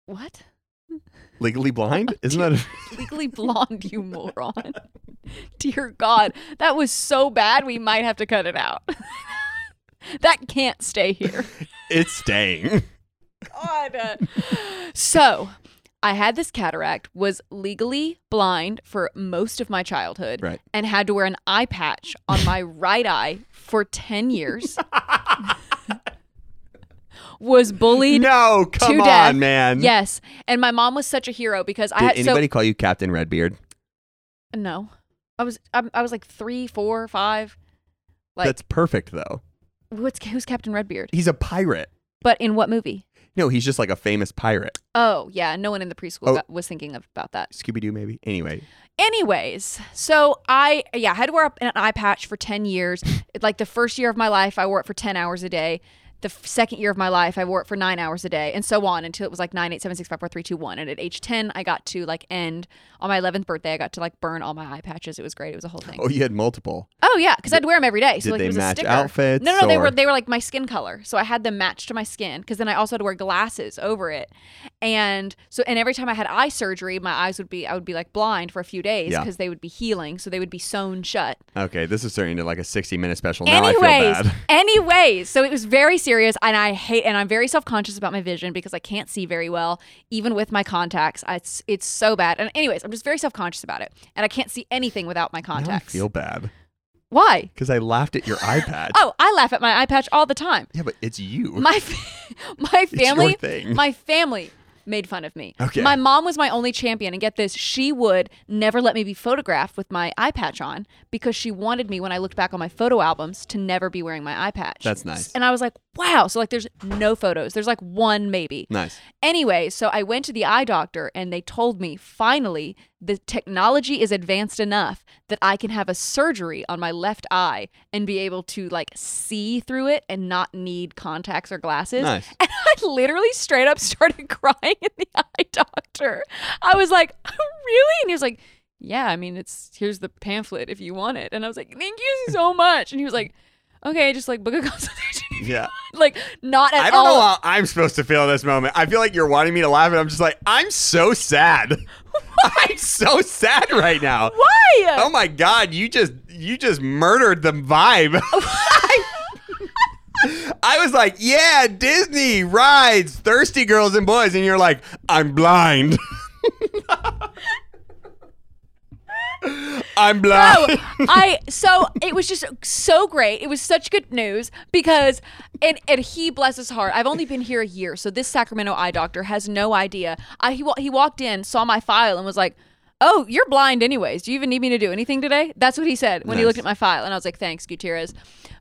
[SPEAKER 2] what?
[SPEAKER 1] Legally
[SPEAKER 2] Oh,
[SPEAKER 1] Blind? Isn't that? A-
[SPEAKER 2] Legally blonde, you moron. Dear God, that was so bad we might have to cut it out. that can't stay here.
[SPEAKER 1] it's staying.
[SPEAKER 2] God. uh, so, I had this cataract, was legally blind for most of my childhood,
[SPEAKER 1] Right.
[SPEAKER 2] and had to wear an eye patch on my right eye for 10 years. was bullied.
[SPEAKER 1] No, come
[SPEAKER 2] to
[SPEAKER 1] on,
[SPEAKER 2] death.
[SPEAKER 1] man.
[SPEAKER 2] Yes. And my mom was such a hero because I
[SPEAKER 1] Did
[SPEAKER 2] had
[SPEAKER 1] anybody call you Captain Redbeard?
[SPEAKER 2] so no. I was I, I was like three, four, five. Like
[SPEAKER 1] That's perfect though.
[SPEAKER 2] what's who's Captain Redbeard?
[SPEAKER 1] He's a pirate.
[SPEAKER 2] But in what movie?
[SPEAKER 1] No, he's just like a famous pirate.
[SPEAKER 2] Oh yeah, no one in the preschool
[SPEAKER 1] Oh.
[SPEAKER 2] got, was thinking of, about that.
[SPEAKER 1] Scooby Doo, maybe. Anyway,
[SPEAKER 2] Anyways, so I yeah, I had to wear an eye patch for 10 years. like the first year of my life, I wore it for 10 hours a day. The f- second year of my life, I wore it for nine hours a day, and so on until it was like nine, eight, seven, six, five, four, three, two, one. And at age ten, I got to like end on my eleventh birthday. I got to like burn all my eye patches. It was great. It was a whole thing.
[SPEAKER 1] oh, you had multiple.
[SPEAKER 2] Oh yeah, because I'd wear them every day. So
[SPEAKER 1] did
[SPEAKER 2] like
[SPEAKER 1] they
[SPEAKER 2] it was
[SPEAKER 1] match
[SPEAKER 2] a sticker.
[SPEAKER 1] outfits,
[SPEAKER 2] No, no, they
[SPEAKER 1] or-
[SPEAKER 2] were they were like my skin color. So I had them matched to my skin because then I also had to wear glasses over it. And so and every time I had eye surgery, my eyes would be I would be like blind for a few days
[SPEAKER 1] Yeah.
[SPEAKER 2] because they would be healing, so they would be sewn shut.
[SPEAKER 1] Okay, this is turning into like a sixty-minute special. now I
[SPEAKER 2] anyways,
[SPEAKER 1] feel bad.
[SPEAKER 2] anyways, so it was very serious and I hate and I'm very self-conscious about my vision because I can't see very well even with my contacts. I, it's it's so bad. And anyways, I'm just very self-conscious about it and I can't see anything without my
[SPEAKER 1] Now I
[SPEAKER 2] contacts.
[SPEAKER 1] feel bad
[SPEAKER 2] Why?
[SPEAKER 1] because I laughed at your iPad.
[SPEAKER 2] Oh, I laugh at my eye patch all the time.
[SPEAKER 1] Yeah, but it's you.
[SPEAKER 2] My f- my
[SPEAKER 1] it's your
[SPEAKER 2] family
[SPEAKER 1] thing.
[SPEAKER 2] my family made fun of me.
[SPEAKER 1] Okay.
[SPEAKER 2] My mom was my only champion and get this, she would never let me be photographed with my eye patch on because she wanted me when I looked back on my photo albums to never be wearing my eye patch.
[SPEAKER 1] That's nice.
[SPEAKER 2] And I was like, "Wow." So like there's no photos. There's like one maybe.
[SPEAKER 1] nice.
[SPEAKER 2] Anyway, so I went to the eye doctor and they told me finally the technology is advanced enough that I can have a surgery on my left eye and be able to like see through it and not need contacts or glasses.
[SPEAKER 1] Nice.
[SPEAKER 2] And I literally straight up started crying at the eye doctor. I was like, "Really?" And he was like, "Yeah, I mean, it's here's the pamphlet if you want it." And I was like, "Thank you so much." And he was like, "Okay, just like book a consultation."
[SPEAKER 1] Yeah.
[SPEAKER 2] like not at
[SPEAKER 1] I don't
[SPEAKER 2] all.
[SPEAKER 1] know how I'm supposed to feel in this moment. I feel like you're wanting me to laugh, and I'm just like, I'm so sad. I'm so sad right now.
[SPEAKER 2] Why?
[SPEAKER 1] Oh my god, you just you just murdered the vibe. I was like, yeah, Disney rides thirsty girls and boys, and you're like, I'm blind. I'm blind.
[SPEAKER 2] No, I so it was just so great. It was such good news because and and he bless his heart. I've only been here a year, so this Sacramento eye doctor has no idea. I he wa- he walked in, saw my file, and was like. Oh, you're blind anyways. Do you even need me to do anything today? That's what he said when he
[SPEAKER 1] Nice.
[SPEAKER 2] looked at my file and I was like, "Thanks, Gutierrez."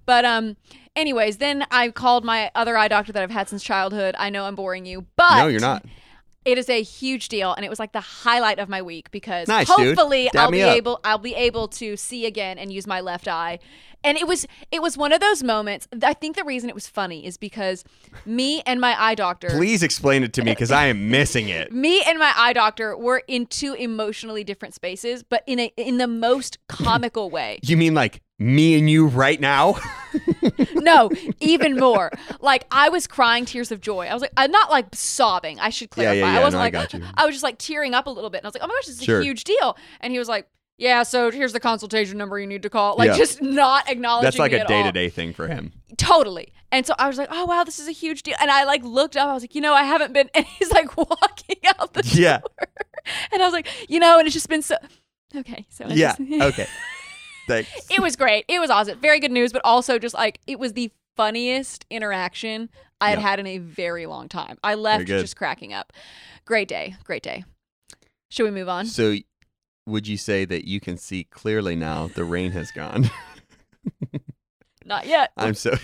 [SPEAKER 2] But um anyways, then I called my other eye doctor that I've had since childhood. I know I'm boring you, but
[SPEAKER 1] No, you're not.
[SPEAKER 2] it is a huge deal, and it was like the highlight of my week because
[SPEAKER 1] Nice, dude.
[SPEAKER 2] hopefully
[SPEAKER 1] Dab
[SPEAKER 2] I'll
[SPEAKER 1] me
[SPEAKER 2] be
[SPEAKER 1] up.
[SPEAKER 2] able I'll be able to see again and use my left eye. And it was it was one of those moments. I think the reason it was funny is because me and my eye doctor,
[SPEAKER 1] Please explain it to me because I am missing it.
[SPEAKER 2] me and my eye doctor were in two emotionally different spaces, but in a in the most comical way.
[SPEAKER 1] You mean like me and you right now?
[SPEAKER 2] No, even more. Like I was crying tears of joy. I was like, I'm not like sobbing. I should
[SPEAKER 1] Yeah,
[SPEAKER 2] clarify.
[SPEAKER 1] yeah, yeah.
[SPEAKER 2] I wasn't
[SPEAKER 1] No, I
[SPEAKER 2] like,
[SPEAKER 1] got you.
[SPEAKER 2] was just like tearing up a little bit, and I was like, oh my gosh, this is
[SPEAKER 1] Sure.
[SPEAKER 2] a huge deal. And he was like, yeah, so here's the consultation number you need to call. Like
[SPEAKER 1] Yeah.
[SPEAKER 2] just not acknowledging.
[SPEAKER 1] That's like
[SPEAKER 2] me
[SPEAKER 1] a
[SPEAKER 2] at
[SPEAKER 1] day
[SPEAKER 2] all.
[SPEAKER 1] to day thing for him.
[SPEAKER 2] Totally. And so I was like, oh wow, this is a huge deal. And I like looked up. I was like, you know, I haven't been. And he's like walking out the
[SPEAKER 1] Yeah.
[SPEAKER 2] and I was like, you know, and it's just been so. Okay, so I
[SPEAKER 1] Yeah.
[SPEAKER 2] just-
[SPEAKER 1] Okay. Thanks.
[SPEAKER 2] it was great. It was awesome. Very good news, but also just like it was the funniest interaction I had
[SPEAKER 1] Yeah.
[SPEAKER 2] had in a very long time. I
[SPEAKER 1] Very
[SPEAKER 2] left
[SPEAKER 1] good.
[SPEAKER 2] just cracking up. Great day. Great day. Should we move on?
[SPEAKER 1] So, would you say that you can see clearly now? The rain has gone.
[SPEAKER 2] Not yet.
[SPEAKER 1] I'm so.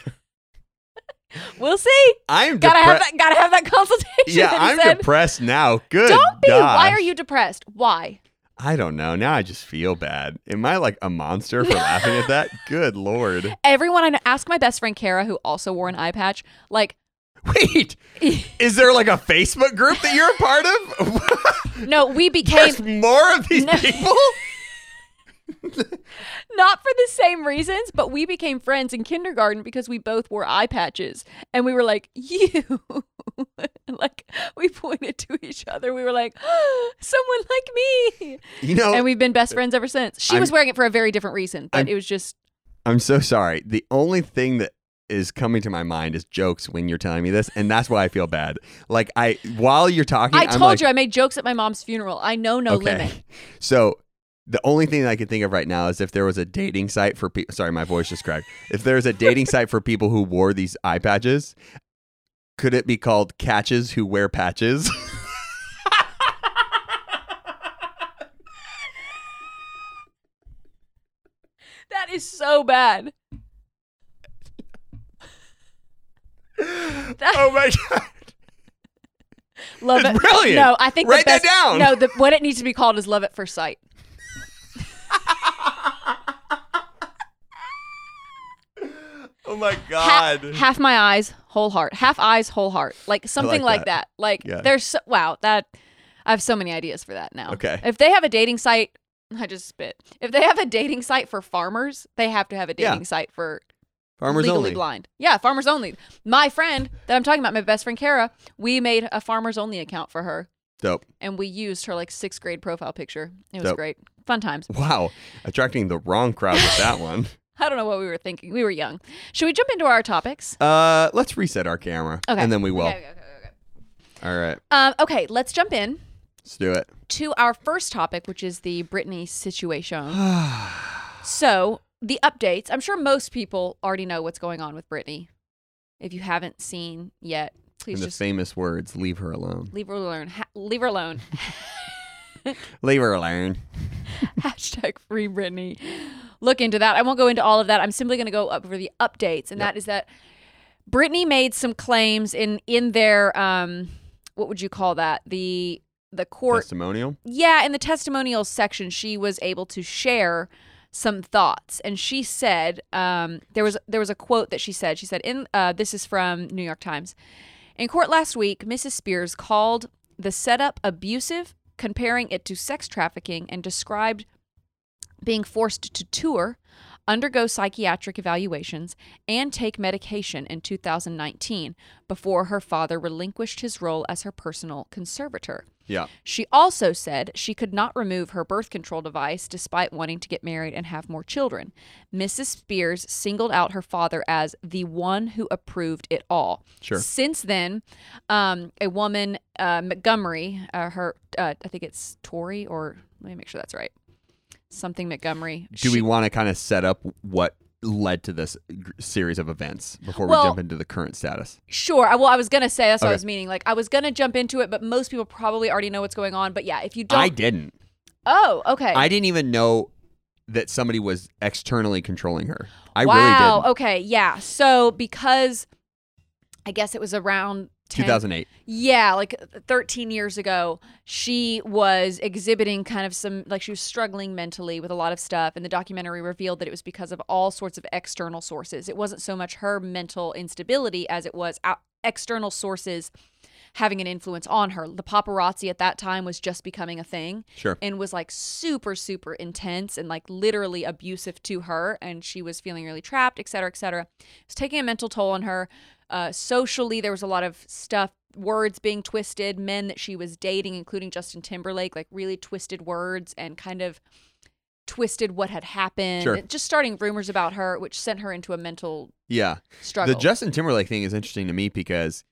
[SPEAKER 2] We'll see.
[SPEAKER 1] I am.
[SPEAKER 2] Gotta have
[SPEAKER 1] depre-
[SPEAKER 2] that. Gotta have that consultation.
[SPEAKER 1] Yeah,
[SPEAKER 2] that he
[SPEAKER 1] I'm
[SPEAKER 2] said.
[SPEAKER 1] depressed now. Good.
[SPEAKER 2] Don't be. Why
[SPEAKER 1] gosh.
[SPEAKER 2] are you depressed? Why?
[SPEAKER 1] I don't know. Now I just feel bad. Am I like a monster for laughing at that? Good lord.
[SPEAKER 2] Everyone, I know, ask my best friend Kara, who also wore an eye patch. Like,
[SPEAKER 1] Wait. Is there like a Facebook group that you're a part of?
[SPEAKER 2] No, we became
[SPEAKER 1] There's more of these
[SPEAKER 2] No.
[SPEAKER 1] people.
[SPEAKER 2] not for the same reasons, but we became friends in kindergarten because we both wore eye patches and we were like, you. like, we pointed to each other. We were like, someone like me.
[SPEAKER 1] You know,
[SPEAKER 2] And we've been best friends ever since. She was
[SPEAKER 1] Oh. I'm-
[SPEAKER 2] wearing it for a very different reason, but
[SPEAKER 1] I'm-
[SPEAKER 2] it was just,
[SPEAKER 1] I'm so sorry. The only thing that is coming to my mind is jokes when you're telling me this, and that's why I feel bad. Like I, while you're talking,
[SPEAKER 2] I
[SPEAKER 1] am
[SPEAKER 2] told
[SPEAKER 1] like,
[SPEAKER 2] you I made jokes at my mom's funeral. I know no limit.
[SPEAKER 1] So the only thing that I can think of right now is if there was a dating site for people. Sorry, my voice just cracked. If there's a dating site for people who wore these eye patches, could it be called catches who wear patches?
[SPEAKER 2] That is so bad.
[SPEAKER 1] oh my god!
[SPEAKER 2] Love
[SPEAKER 1] It's
[SPEAKER 2] it.
[SPEAKER 1] brilliant.
[SPEAKER 2] No, I think the
[SPEAKER 1] Write that
[SPEAKER 2] best-
[SPEAKER 1] down.
[SPEAKER 2] No, the, what it needs to be called is love at first sight.
[SPEAKER 1] Oh my
[SPEAKER 2] Ha-
[SPEAKER 1] god!
[SPEAKER 2] half my eyes, whole heart. Half eyes, whole heart. Like something
[SPEAKER 1] like
[SPEAKER 2] like, that. Like
[SPEAKER 1] Yeah.
[SPEAKER 2] there's so, wow, that I have so many ideas for that now.
[SPEAKER 1] Okay.
[SPEAKER 2] If they have a dating site, I just spit. If they have a dating site for farmers, they have to have a
[SPEAKER 1] Yeah.
[SPEAKER 2] dating site for
[SPEAKER 1] Farmers
[SPEAKER 2] legally
[SPEAKER 1] only.
[SPEAKER 2] blind. Yeah, farmers only. My friend that I'm talking about, my best friend Kara, we made a farmers only account for her
[SPEAKER 1] Dope.
[SPEAKER 2] and we used her like 6th grade profile picture. It was
[SPEAKER 1] Dope.
[SPEAKER 2] great. Fun times.
[SPEAKER 1] Wow, attracting the wrong crowd with that one.
[SPEAKER 2] I don't know what we were thinking. We were young. Should we jump into our topics?
[SPEAKER 1] Uh, let's reset our camera,
[SPEAKER 2] Okay.
[SPEAKER 1] and then we will.
[SPEAKER 2] Okay, okay, okay, okay.
[SPEAKER 1] All right,
[SPEAKER 2] Um, okay, let's jump in.
[SPEAKER 1] let's do it.
[SPEAKER 2] to our first topic, which is the Britney situation. so, the updates. I'm sure most people already know what's going on with Britney. If you haven't seen yet,
[SPEAKER 1] In
[SPEAKER 2] please
[SPEAKER 1] the
[SPEAKER 2] just
[SPEAKER 1] famous words, "Leave her alone."
[SPEAKER 2] leave her alone. Ha- leave her alone.
[SPEAKER 1] Leave her alone.
[SPEAKER 2] Hashtag free Britney. Look into that. I won't go into all of that. I'm simply going to go up over the updates, and that is that Britney made some claims in in their um, what would you call that the the court
[SPEAKER 1] Testimonial.
[SPEAKER 2] yeah, in the testimonials section, she was able to share some thoughts, and she said um, there was there was a quote that she said. She said, "In uh, this is from New York Times." In court last week, Mrs. Spears called the setup abusive, comparing it to sex trafficking, and described being forced to tour, undergo psychiatric evaluations, and take medication in 2019 before her father relinquished his role as her personal conservator.
[SPEAKER 1] Yeah.
[SPEAKER 2] She also said she could not remove her birth control device despite wanting to get married and have more children. Mrs. Spears singled out her father as the one who approved it all.
[SPEAKER 1] Sure.
[SPEAKER 2] Since then, um, a woman, uh, Montgomery, uh, her, uh, I think it's Tori, or let me make sure that's right. Something Montgomery.
[SPEAKER 1] Do we
[SPEAKER 2] She-
[SPEAKER 1] want to kind of set up what led to this g- series of events before
[SPEAKER 2] Well-
[SPEAKER 1] we jump into the current status?
[SPEAKER 2] Sure. I, well, I was gonna say that's what I
[SPEAKER 1] Okay.
[SPEAKER 2] was meaning. Like I was gonna jump into it, but most people probably already know what's going on. But yeah, if you don't,
[SPEAKER 1] I didn't.
[SPEAKER 2] oh, okay.
[SPEAKER 1] I didn't even know that somebody was externally controlling her. I
[SPEAKER 2] wow.
[SPEAKER 1] really did.
[SPEAKER 2] Okay. Yeah. So because I guess it was around 10,
[SPEAKER 1] 2008.
[SPEAKER 2] Yeah, like 13 years ago, she was exhibiting kind of some like she was struggling mentally with a lot of stuff and the documentary revealed that it was because of all sorts of external sources. It wasn't so much her mental instability as it was out- external sources having an influence on her. The paparazzi at that time was just becoming a thing
[SPEAKER 1] Sure.
[SPEAKER 2] and was like super super intense and like literally abusive to her and she was feeling really trapped et cetera et cetera it was taking a mental toll on her uh, socially there was a lot of stuff words being twisted men that she was dating including justin timberlake like really twisted words and kind of twisted what had happened
[SPEAKER 1] Sure.
[SPEAKER 2] and just starting rumors about her which sent her into a mental
[SPEAKER 1] Yeah.
[SPEAKER 2] struggle
[SPEAKER 1] The Justin Timberlake thing is interesting to me because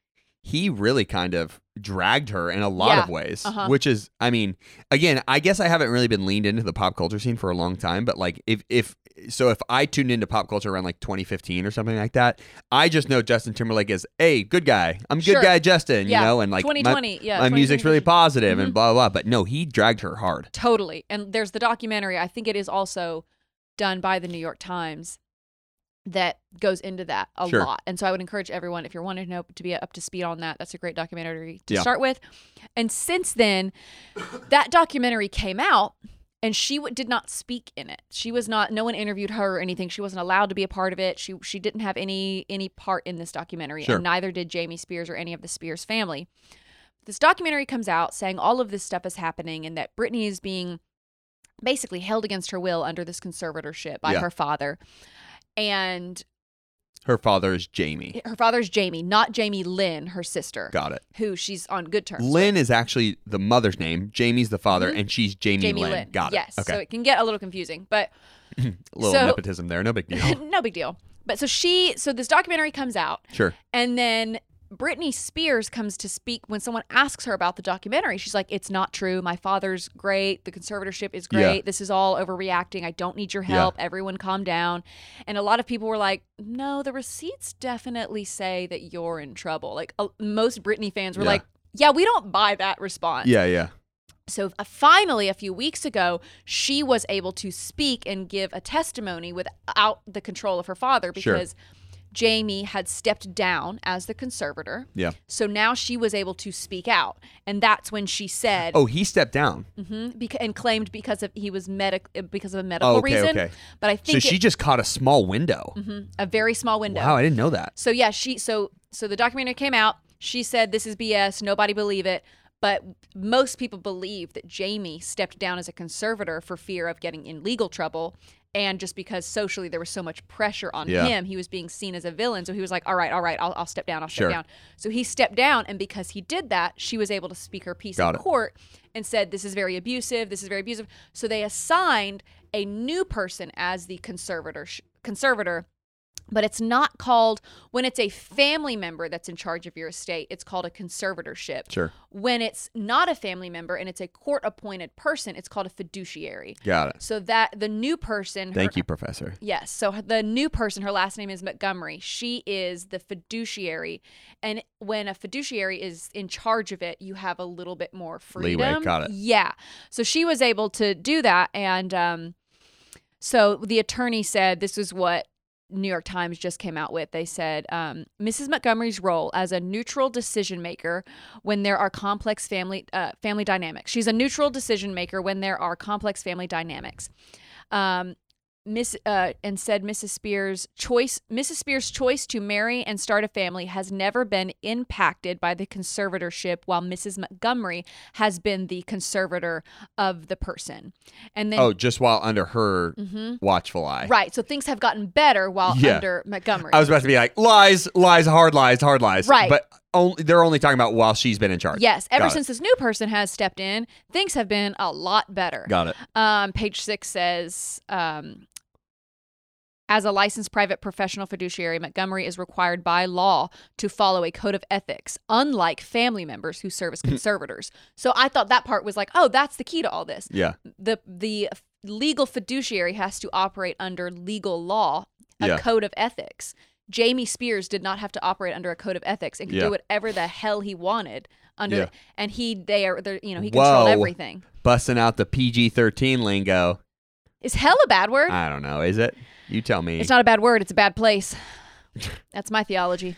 [SPEAKER 1] he really kind of dragged her in a lot
[SPEAKER 2] Yeah.
[SPEAKER 1] of ways,
[SPEAKER 2] Uh-huh.
[SPEAKER 1] which is, I mean, again, I guess I haven't really been leaned into the pop culture scene for a long time, but like if if so, if I tuned into pop culture around like 2015 or something like that, I just know Justin Timberlake is a good guy. I'm good
[SPEAKER 2] Sure.
[SPEAKER 1] guy, Justin.
[SPEAKER 2] Yeah.
[SPEAKER 1] You know, and like my-
[SPEAKER 2] 2020 yeah Mm-hmm.
[SPEAKER 1] my, music's really
[SPEAKER 2] 2020.
[SPEAKER 1] positive and blah blah. blah. But no, he dragged her hard.
[SPEAKER 2] Totally. And there's the documentary. I think it is also done by the New York Times that goes into that a
[SPEAKER 1] Sure.
[SPEAKER 2] lot. And so I would encourage everyone if you're wanting to know to be up to speed on that. That's a great documentary to
[SPEAKER 1] Yeah.
[SPEAKER 2] start with. And since then, that documentary came out and she w- did not speak in it. She was not no one interviewed her or anything. She wasn't allowed to be a part of it. She she didn't have any any part in this documentary
[SPEAKER 1] Sure.
[SPEAKER 2] and neither did Jamie Spears or any of the Spears family. this documentary comes out saying all of this stuff is happening and that Brittany is being basically held against her will under this conservatorship by
[SPEAKER 1] Yeah.
[SPEAKER 2] her father. And
[SPEAKER 1] Her father is Jamie.
[SPEAKER 2] her father's Jamie, not Jamie Lynn, her sister,
[SPEAKER 1] Got it.
[SPEAKER 2] who she's on good terms. with.
[SPEAKER 1] Lynn is actually the mother's name. Jamie's the father,
[SPEAKER 2] Mhm.
[SPEAKER 1] and she's Jamie,
[SPEAKER 2] Jamie
[SPEAKER 1] Lynn.
[SPEAKER 2] Lynn.
[SPEAKER 1] Got
[SPEAKER 2] yes.
[SPEAKER 1] it.
[SPEAKER 2] So
[SPEAKER 1] Okay.
[SPEAKER 2] it can get a little confusing, but
[SPEAKER 1] A little
[SPEAKER 2] so-
[SPEAKER 1] nepotism there. No big deal.
[SPEAKER 2] no big deal. But so she, so this documentary comes out,
[SPEAKER 1] sure.
[SPEAKER 2] and then Britney Spears comes to speak when someone asks her about the documentary. She's like, "It's not true. My father's great. The conservatorship is
[SPEAKER 1] Yeah.
[SPEAKER 2] great. This is all overreacting. I don't need your
[SPEAKER 1] Yeah.
[SPEAKER 2] help. Everyone, calm down." And a lot of people were like, "No, the receipts definitely say that you're in trouble." Like uh, most Britney fans were
[SPEAKER 1] Yeah.
[SPEAKER 2] like, "Yeah, we don't buy that response."
[SPEAKER 1] Yeah, yeah.
[SPEAKER 2] So uh, finally, a few weeks ago, she was able to speak and give a testimony without the control of her father
[SPEAKER 1] Sure.
[SPEAKER 2] because Jamie had stepped down as the conservator.
[SPEAKER 1] Yeah.
[SPEAKER 2] So now she was able to speak out, and that's when she said,
[SPEAKER 1] Oh, he stepped down.
[SPEAKER 2] mhm, beca- and claimed because of he was medic uh, because of a medical
[SPEAKER 1] okay,
[SPEAKER 2] reason.
[SPEAKER 1] okay.
[SPEAKER 2] But I
[SPEAKER 1] So
[SPEAKER 2] think
[SPEAKER 1] she
[SPEAKER 2] it-
[SPEAKER 1] just caught a small window.
[SPEAKER 2] mhm, a very small window.
[SPEAKER 1] Wow, I didn't know that.
[SPEAKER 2] So yeah, she so so the documentary came out. She said this is BS. Nobody believe it. But most people believe that Jamie stepped down as a conservator for fear of getting in legal trouble. And just because socially there was so much pressure on
[SPEAKER 1] Yeah.
[SPEAKER 2] him, he was being seen as a villain. So he was like, all right, all right, I'll, I'll step down, I'll
[SPEAKER 1] Sure.
[SPEAKER 2] step down. So he stepped down. And because he did that, she was able to speak her piece
[SPEAKER 1] Got
[SPEAKER 2] in
[SPEAKER 1] it.
[SPEAKER 2] court and said, this is very abusive, this is very abusive. So they assigned a new person as the conservator, conservator but it's not called when it's a family member that's in charge of your estate it's called a conservatorship
[SPEAKER 1] Sure.
[SPEAKER 2] when it's not a family member and it's a court appointed person it's called a fiduciary
[SPEAKER 1] Got it.
[SPEAKER 2] so that the new person her-
[SPEAKER 1] Thank you, Professor.
[SPEAKER 2] yes so her- the new person her last name is montgomery she is the fiduciary and when a fiduciary is in charge of it you have a little bit more
[SPEAKER 1] Leeway,
[SPEAKER 2] freedom
[SPEAKER 1] got it.
[SPEAKER 2] yeah so she was able to do that and um so the attorney said this is what New York Times just came out with. They said um, Mrs. Montgomery's role as a neutral decision maker when there are complex family uh, family dynamics. She's a neutral decision maker when there are complex family dynamics. Um, Miss uh, and said Mrs. Spears' choice, Mrs. Spears' choice to marry and start a family has never been impacted by the conservatorship, while Mrs. Montgomery has been the conservator of the person. And then
[SPEAKER 1] Oh, just while under her
[SPEAKER 2] Mhm.
[SPEAKER 1] watchful eye.
[SPEAKER 2] Right. So things have gotten better while
[SPEAKER 1] Yeah.
[SPEAKER 2] under Montgomery.
[SPEAKER 1] I was about to be like lies, lies, hard lies, hard lies.
[SPEAKER 2] Right.
[SPEAKER 1] But only they're only talking about while she's been in charge.
[SPEAKER 2] yes. Ever
[SPEAKER 1] Got it.
[SPEAKER 2] since this new person has stepped in, things have been a lot better.
[SPEAKER 1] Got it.
[SPEAKER 2] Um, page six says, um, as a licensed private professional fiduciary, Montgomery is required by law to follow a code of ethics, unlike family members who serve as conservators. so I thought that part was like, oh, that's the key to all this.
[SPEAKER 1] Yeah.
[SPEAKER 2] the the legal fiduciary has to operate under legal law, a
[SPEAKER 1] Yeah.
[SPEAKER 2] code of ethics. Jamie Spears did not have to operate under a code of ethics and could
[SPEAKER 1] Yeah.
[SPEAKER 2] do whatever the hell he wanted under,
[SPEAKER 1] Yeah.
[SPEAKER 2] and he they are they're- you know he controlled
[SPEAKER 1] Whoa.
[SPEAKER 2] everything.
[SPEAKER 1] Busting out the PG thirteen lingo.
[SPEAKER 2] Is hell a bad word?
[SPEAKER 1] I don't know. Is it? You tell me.
[SPEAKER 2] it's not a bad word. It's a bad place. That's my theology.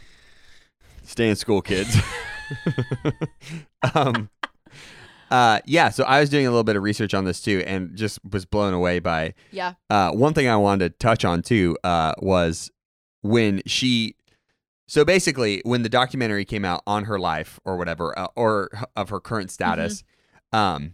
[SPEAKER 1] Stay in school, kids. um, uh, yeah. So I was doing a little bit of research on this too, and just was blown away by
[SPEAKER 2] Yeah.
[SPEAKER 1] uh, one thing I wanted to touch on too uh, was when she. So basically, when the documentary came out on her life or whatever, uh, or h- of her
[SPEAKER 2] Mm-hmm.
[SPEAKER 1] current status, um,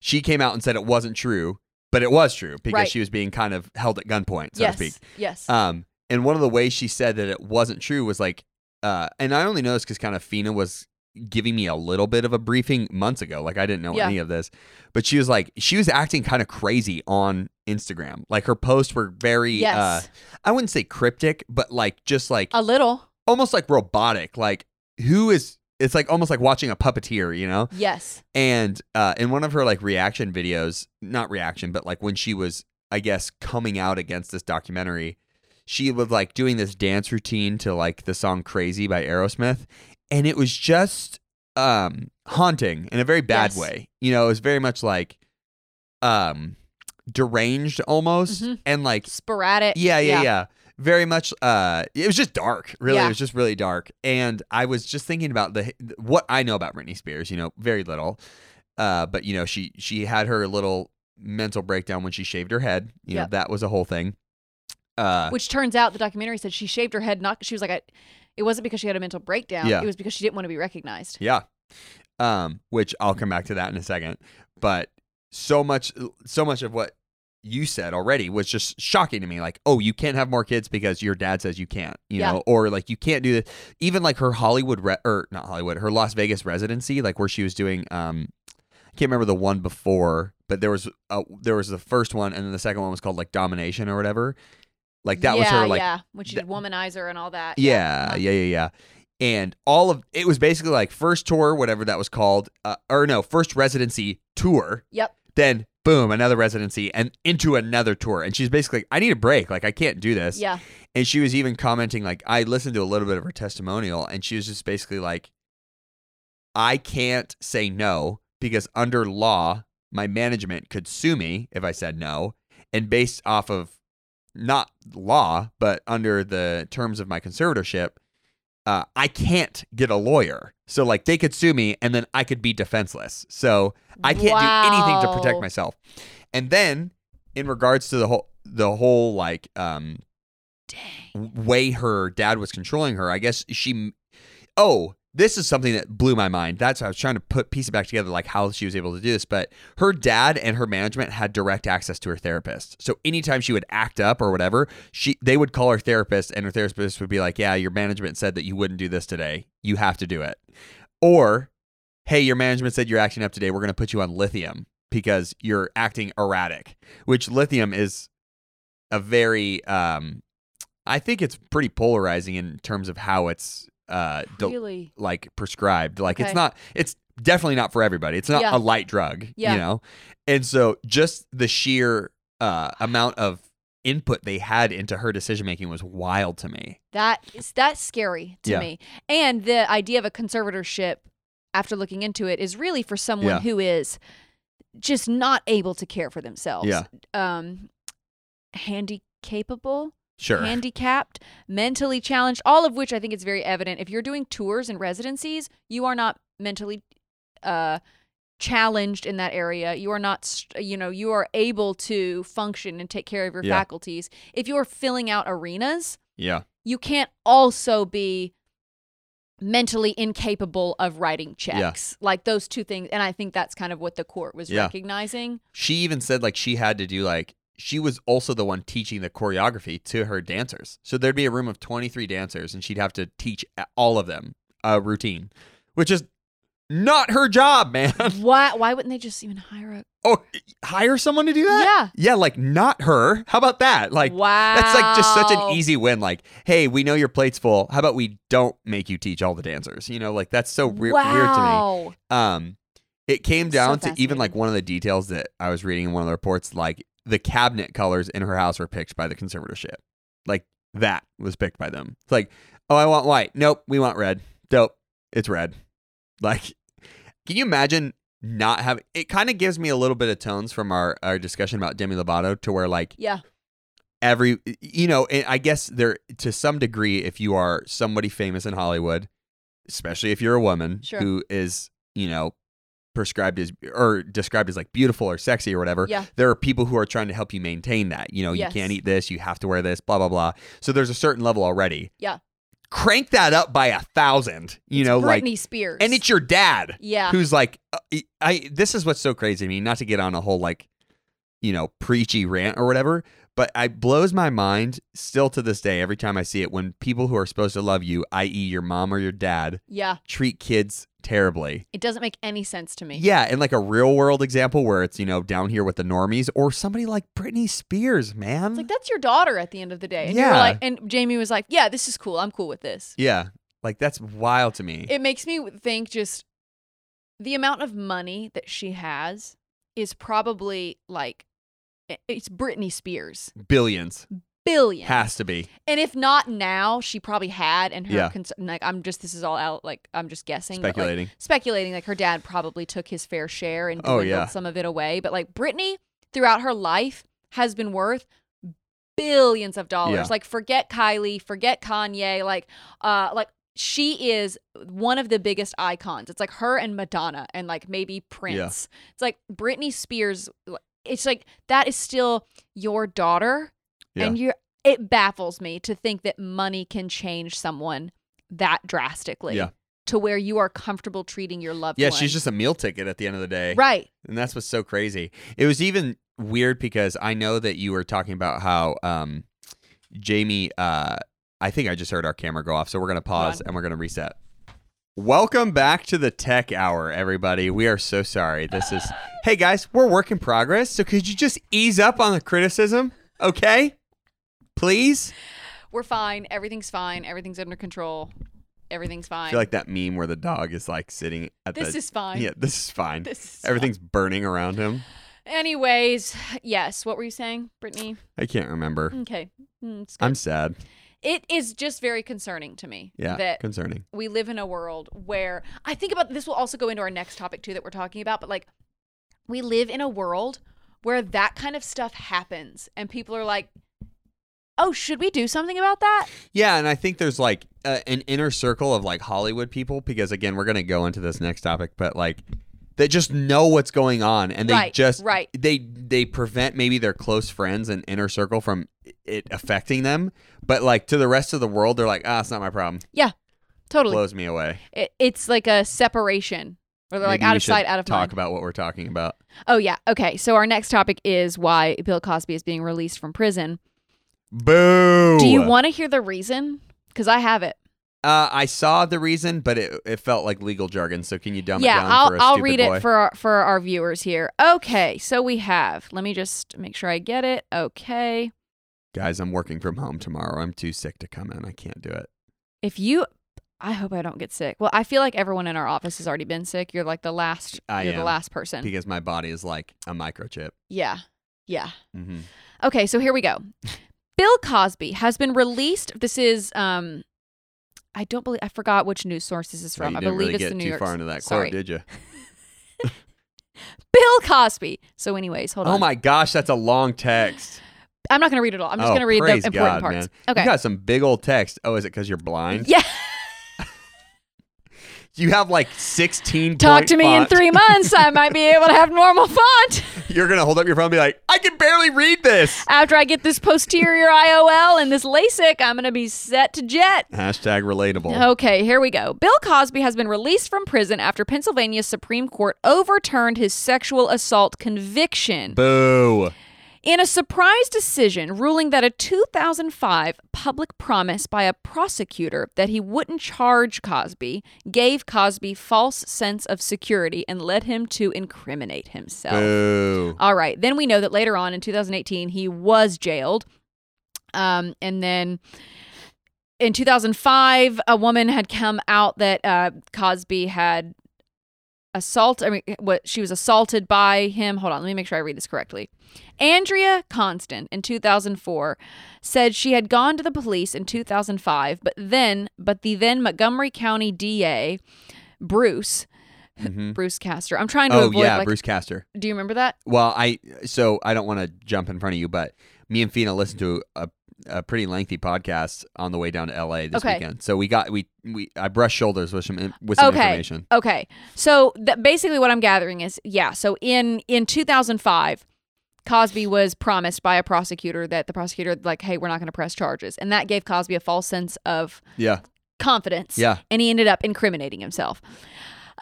[SPEAKER 1] she came out and said it wasn't true, but it was true because
[SPEAKER 2] Right.
[SPEAKER 1] she was being kind of held at gunpoint, so
[SPEAKER 2] yes.
[SPEAKER 1] to speak.
[SPEAKER 2] Yes.
[SPEAKER 1] Um, and one of the ways she said that it wasn't true was like, uh, and I only know this because kind of Fina was giving me a little bit of a briefing months ago. Like I didn't know
[SPEAKER 2] Yeah.
[SPEAKER 1] any of this, but she was like, she was acting kind of crazy on Instagram. Like her posts were very,
[SPEAKER 2] yes.
[SPEAKER 1] uh, I wouldn't say cryptic, but like just like
[SPEAKER 2] a little.
[SPEAKER 1] almost like robotic. Like who is? It's like almost like watching a puppeteer, you know?
[SPEAKER 2] Yes.
[SPEAKER 1] And uh, in one of her like reaction videos, not reaction, but like when she was, I guess, coming out against this documentary, she was like doing this dance routine to like the song Crazy by Aerosmith. And it was just um haunting in a very bad
[SPEAKER 2] Yes.
[SPEAKER 1] way. You know, it was very much like um deranged almost.
[SPEAKER 2] Mhm.
[SPEAKER 1] And like
[SPEAKER 2] Sporadic.
[SPEAKER 1] yeah, yeah, yeah, Very much. Uh, it was just dark. Really, it
[SPEAKER 2] Yeah.
[SPEAKER 1] was just really dark. And I was just thinking about the what I know about Britney Spears. You know, very little. Uh, but you know, she she had her little mental breakdown when she shaved her head. You know,
[SPEAKER 2] Yep.
[SPEAKER 1] that was a whole thing. Uh,
[SPEAKER 2] Which turns out the documentary said she shaved her head. Not she was like, I, it wasn't because she had a mental breakdown.
[SPEAKER 1] Yeah.
[SPEAKER 2] It was because she didn't want to be recognized.
[SPEAKER 1] yeah. um, which I'll come back to that in a second. But so much, so much of what you said already was just shocking to me. Like, oh, you can't have more kids because your dad says you can't, you
[SPEAKER 2] Yeah.
[SPEAKER 1] know, or like you can't do this. Even like her Hollywood, re- or not Hollywood, her Las Vegas residency, like where she was doing, um, I can't remember the one before, but there was a, there was the first one, and then the second one was called like Domination or whatever. Like that was
[SPEAKER 2] Yeah,
[SPEAKER 1] her like
[SPEAKER 2] yeah, when she
[SPEAKER 1] that-
[SPEAKER 2] did womanizer and all that.
[SPEAKER 1] yeah, yeah, yeah, yeah. And all of it was basically like first tour, whatever that was called, uh, or no, first residency tour.
[SPEAKER 2] Yep.
[SPEAKER 1] Then boom, another residency and into another tour. And she's basically, like, I need a break. Like I can't do this.
[SPEAKER 2] Yeah.
[SPEAKER 1] And she was even commenting, like I listened to a little bit of her testimonial, and she was just basically like, I can't say no because under law, my management could sue me if I said no. And based off of not law, but under the terms of my conservatorship, uh, I can't get a lawyer. So, like, they could sue me and then I could be defenseless. So, I can't do anything to protect
[SPEAKER 2] Wow.
[SPEAKER 1] myself. And then, in regards to the whole, the whole like, um,
[SPEAKER 2] Dang.
[SPEAKER 1] way her dad was controlling her. I guess she. Oh, this is something that blew my mind. That's how I was trying to put piece it back together, like how she was able to do this. But her dad and her management had direct access to her therapist. So anytime she would act up or whatever, she they would call her therapist, and her therapist would be like, "Yeah, your management said that you wouldn't do this today. You have to do it." Or, "Hey, your management said you're acting up today. We're going to put you on lithium because you're acting erratic." Which lithium is a very um, I think it's pretty polarizing in terms of how it's uh de-
[SPEAKER 2] really?
[SPEAKER 1] like prescribed. Like it's
[SPEAKER 2] Okay.
[SPEAKER 1] not it's definitely not for everybody. It's not
[SPEAKER 2] Yeah.
[SPEAKER 1] a light drug,
[SPEAKER 2] Yeah.
[SPEAKER 1] you know. And so just the sheer uh amount of input they had into her decision making was wild to me.
[SPEAKER 2] That is that's scary to
[SPEAKER 1] Yeah.
[SPEAKER 2] me. And the idea of a conservatorship after looking into it is really for someone
[SPEAKER 1] Yeah.
[SPEAKER 2] who is just not able to care for themselves.
[SPEAKER 1] Yeah.
[SPEAKER 2] Um handicapable,
[SPEAKER 1] Sure.
[SPEAKER 2] handicapped, mentally challenged, all of which I think is very evident. If you're doing tours and residencies, you are not mentally uh challenged in that area. You are not st- you know, you are able to function and take care of your
[SPEAKER 1] Yeah.
[SPEAKER 2] faculties. If you're filling out arenas,
[SPEAKER 1] yeah.
[SPEAKER 2] you can't also be mentally incapable of writing
[SPEAKER 1] Yeah.
[SPEAKER 2] checks. Like those two things. And I think that's kind of what the court was
[SPEAKER 1] Yeah.
[SPEAKER 2] recognizing.
[SPEAKER 1] She even said like she had to do like she was also the one teaching the choreography to her dancers. So there'd be a room of 23 dancers and she'd have to teach all of them a routine, which is not her job, man.
[SPEAKER 2] why why wouldn't they just even hire a
[SPEAKER 1] Oh, hire someone to do that?
[SPEAKER 2] Yeah.
[SPEAKER 1] Yeah, like not her. How about that? Like
[SPEAKER 2] Wow.
[SPEAKER 1] that's like just such an easy win. Like, hey, we know your plate's full. How about we don't make you teach all the dancers? You know, like that's so re- weird to me.
[SPEAKER 2] wow.
[SPEAKER 1] Um, it came
[SPEAKER 2] So
[SPEAKER 1] down to even
[SPEAKER 2] fascinating.
[SPEAKER 1] like one of the details that I was reading in one of the reports. Like the cabinet colors in her house were picked by the conservatorship. Like that was picked by them. It's like, oh, I want white. Nope, we want red. Dope, it's red. Like, can you imagine not having? It kind of gives me a little bit of tones from our our discussion about Demi Lovato to where like
[SPEAKER 2] Yeah.
[SPEAKER 1] every you know and i guess there to some degree if you are somebody famous in hollywood especially if you're a woman
[SPEAKER 2] Sure.
[SPEAKER 1] who is you know prescribed as or described as like beautiful or sexy or whatever
[SPEAKER 2] Yeah.
[SPEAKER 1] there are people who are trying to help you maintain that you know
[SPEAKER 2] Yes.
[SPEAKER 1] you can't eat this you have to wear this blah blah blah so there's a certain level already
[SPEAKER 2] Yeah.
[SPEAKER 1] crank that up by a thousand you know
[SPEAKER 2] Britney
[SPEAKER 1] like
[SPEAKER 2] Spears.
[SPEAKER 1] and it's your dad
[SPEAKER 2] yeah.
[SPEAKER 1] who's like uh, I this is what's so crazy to me not to get on a whole like you know preachy rant or whatever but it blows my mind still to this day every time I see it when people who are supposed to love you i.e. your mom or your dad
[SPEAKER 2] yeah.
[SPEAKER 1] treat kids terribly
[SPEAKER 2] It doesn't make any sense to me.
[SPEAKER 1] yeah in like a real world example where it's you know down here with the normies or somebody like Britney Spears man
[SPEAKER 2] It's like that's your daughter at the end of the day. And you were
[SPEAKER 1] Yeah.
[SPEAKER 2] like and Jamie was like, Yeah, this is cool. I'm cool with this.
[SPEAKER 1] yeah like that's wild to me
[SPEAKER 2] it makes me think just the amount of money that she has is probably like i- it's Britney Spears
[SPEAKER 1] billions
[SPEAKER 2] billion
[SPEAKER 1] has to be
[SPEAKER 2] and if not now she probably had and her
[SPEAKER 1] Yeah.
[SPEAKER 2] cons- like I'm just this is all out like I'm just guessing but, like,
[SPEAKER 1] speculating
[SPEAKER 2] speculating like her dad probably took his fair share and
[SPEAKER 1] Oh,
[SPEAKER 2] dwindled
[SPEAKER 1] yeah.
[SPEAKER 2] some of it away but like Britney throughout her life has been worth billions of dollars
[SPEAKER 1] Yeah.
[SPEAKER 2] like forget Kylie forget Kanye like uh like she is one of the biggest icons it's like her and Madonna and like maybe Prince it's like Britney Spears it's like that is still your daughter
[SPEAKER 1] Yeah.
[SPEAKER 2] and you it baffles me to think that money can change someone that drastically
[SPEAKER 1] Yeah.
[SPEAKER 2] to where you are comfortable treating your loved
[SPEAKER 1] Yeah,
[SPEAKER 2] one.
[SPEAKER 1] she's just a meal ticket at the end of the day.
[SPEAKER 2] right.
[SPEAKER 1] And that's what's so crazy. It was even weird because I know that you were talking about how um, Jamie, uh, I think I just heard our camera go off. So we're going to pause and we're going to reset. Welcome back to the tech hour, everybody. We are so sorry. This is, hey guys, we're work in progress. So could you just ease up on the criticism? Okay. Please.
[SPEAKER 2] We're fine. Everything's fine. Everything's under control. Everything's
[SPEAKER 1] I
[SPEAKER 2] fine.
[SPEAKER 1] feel like that meme where the dog is like sitting at the.
[SPEAKER 2] this is fine.
[SPEAKER 1] Yeah, this is fine.
[SPEAKER 2] This is fine.
[SPEAKER 1] Everything's burning around him.
[SPEAKER 2] Anyways, yes. What were you saying, Brittany?
[SPEAKER 1] I can't remember.
[SPEAKER 2] Okay. Mm, it's good.
[SPEAKER 1] I'm sad.
[SPEAKER 2] It is just very concerning to me
[SPEAKER 1] Yeah.
[SPEAKER 2] that
[SPEAKER 1] concerning.
[SPEAKER 2] we live in a world where I think about this will also go into our next topic too that we're talking about, but like we live in a world where that kind of stuff happens and people are like, "Oh, should we do something about that?"
[SPEAKER 1] Yeah, and I think there's like uh, an inner circle of like Hollywood people because again, we're going to go into this next topic, but like that just know what's going on and they
[SPEAKER 2] Right,
[SPEAKER 1] just
[SPEAKER 2] right.
[SPEAKER 1] they they prevent maybe their close friends and inner circle from it affecting them, but like to the rest of the world they're like, "Ah, it's not my problem."
[SPEAKER 2] Yeah. Totally.
[SPEAKER 1] Blows me away.
[SPEAKER 2] It, it's like a separation where they're like
[SPEAKER 1] Maybe we
[SPEAKER 2] out of
[SPEAKER 1] should
[SPEAKER 2] sight, out of
[SPEAKER 1] talk
[SPEAKER 2] mind.
[SPEAKER 1] about what we're talking about.
[SPEAKER 2] oh yeah. Okay. So our next topic is why Bill Cosby is being released from prison.
[SPEAKER 1] Boo.
[SPEAKER 2] Do you want to hear the reason? Cuz I have it.
[SPEAKER 1] Uh, I saw the reason, but it, it felt like legal jargon. So can you dumb it
[SPEAKER 2] yeah,
[SPEAKER 1] down
[SPEAKER 2] I'll
[SPEAKER 1] for a
[SPEAKER 2] I'll
[SPEAKER 1] stupid
[SPEAKER 2] read
[SPEAKER 1] boy?
[SPEAKER 2] it for our, for our viewers here. Okay, so we have. Let me just make sure I get it. Okay,
[SPEAKER 1] Guys, I'm working from home tomorrow. I'm too sick to come in. I can't do it.
[SPEAKER 2] if you, I hope I don't get sick. Well, I feel like everyone in our office has already been sick. You're like the last.
[SPEAKER 1] I
[SPEAKER 2] you're the
[SPEAKER 1] am.
[SPEAKER 2] last person.
[SPEAKER 1] because my body is like a microchip.
[SPEAKER 2] yeah, yeah.
[SPEAKER 1] Mm-hmm.
[SPEAKER 2] Okay, so here we go. Bill Cosby has been released. This is um, I don't believe I forgot which news source this is from.
[SPEAKER 1] Oh, you
[SPEAKER 2] I
[SPEAKER 1] didn't
[SPEAKER 2] believe
[SPEAKER 1] really
[SPEAKER 2] it's
[SPEAKER 1] get
[SPEAKER 2] the New
[SPEAKER 1] too
[SPEAKER 2] York.
[SPEAKER 1] far into that
[SPEAKER 2] Sorry,
[SPEAKER 1] quote, did you?
[SPEAKER 2] Bill Cosby. So, anyways, hold
[SPEAKER 1] Oh
[SPEAKER 2] on.
[SPEAKER 1] my gosh, that's a long text.
[SPEAKER 2] I'm not gonna read it all. I'm just
[SPEAKER 1] Oh,
[SPEAKER 2] gonna read the
[SPEAKER 1] praise God,
[SPEAKER 2] important parts.
[SPEAKER 1] man.
[SPEAKER 2] Okay.
[SPEAKER 1] You got some big old text. Oh, is it because you're blind?
[SPEAKER 2] yeah.
[SPEAKER 1] You have like 16.
[SPEAKER 2] Talk
[SPEAKER 1] point
[SPEAKER 2] to me
[SPEAKER 1] font.
[SPEAKER 2] in three months. I might be able to have normal font
[SPEAKER 1] You're gonna hold up your phone and be like, I can barely read this.
[SPEAKER 2] after I get this posterior IOL and this LASIK. I'm gonna be set to jet.
[SPEAKER 1] Hashtag relatable.
[SPEAKER 2] Okay, here we go. Bill Cosby has been released from prison after Pennsylvania's Supreme Court overturned his sexual assault conviction.
[SPEAKER 1] Boo.
[SPEAKER 2] In a surprise decision ruling that a 2005 public promise by a prosecutor that he wouldn't charge Cosby gave Cosby false sense of security and led him to incriminate himself.
[SPEAKER 1] Boo.
[SPEAKER 2] All right. Then we know that later on in 2018, he was jailed. Um, and then in 2005, a woman had come out that uh, Cosby had assault. I mean, what she was assaulted by him. Hold on, let me make sure I read this correctly. Andrea Constant in 2004 said she had gone to the police in 2005, but then, but the then Montgomery County DA Bruce
[SPEAKER 1] Mhm.
[SPEAKER 2] Bruce Castor. I'm trying to
[SPEAKER 1] Oh
[SPEAKER 2] avoid.
[SPEAKER 1] yeah,
[SPEAKER 2] like,
[SPEAKER 1] Bruce Castor.
[SPEAKER 2] do you remember that?
[SPEAKER 1] Well, I so I don't want to jump in front of you, but me and Fina listened to a, a pretty lengthy podcast on the way down to LA this
[SPEAKER 2] Okay.
[SPEAKER 1] weekend. So we got we we I brushed shoulders with some in- with some
[SPEAKER 2] Okay.
[SPEAKER 1] information.
[SPEAKER 2] Okay. So that basically what I'm gathering is yeah, so in in 2005 Cosby was promised by a prosecutor that the prosecutor like hey, we're not going to press charges and that gave Cosby a false sense of
[SPEAKER 1] Yeah,
[SPEAKER 2] confidence.
[SPEAKER 1] yeah.
[SPEAKER 2] And he ended up incriminating himself.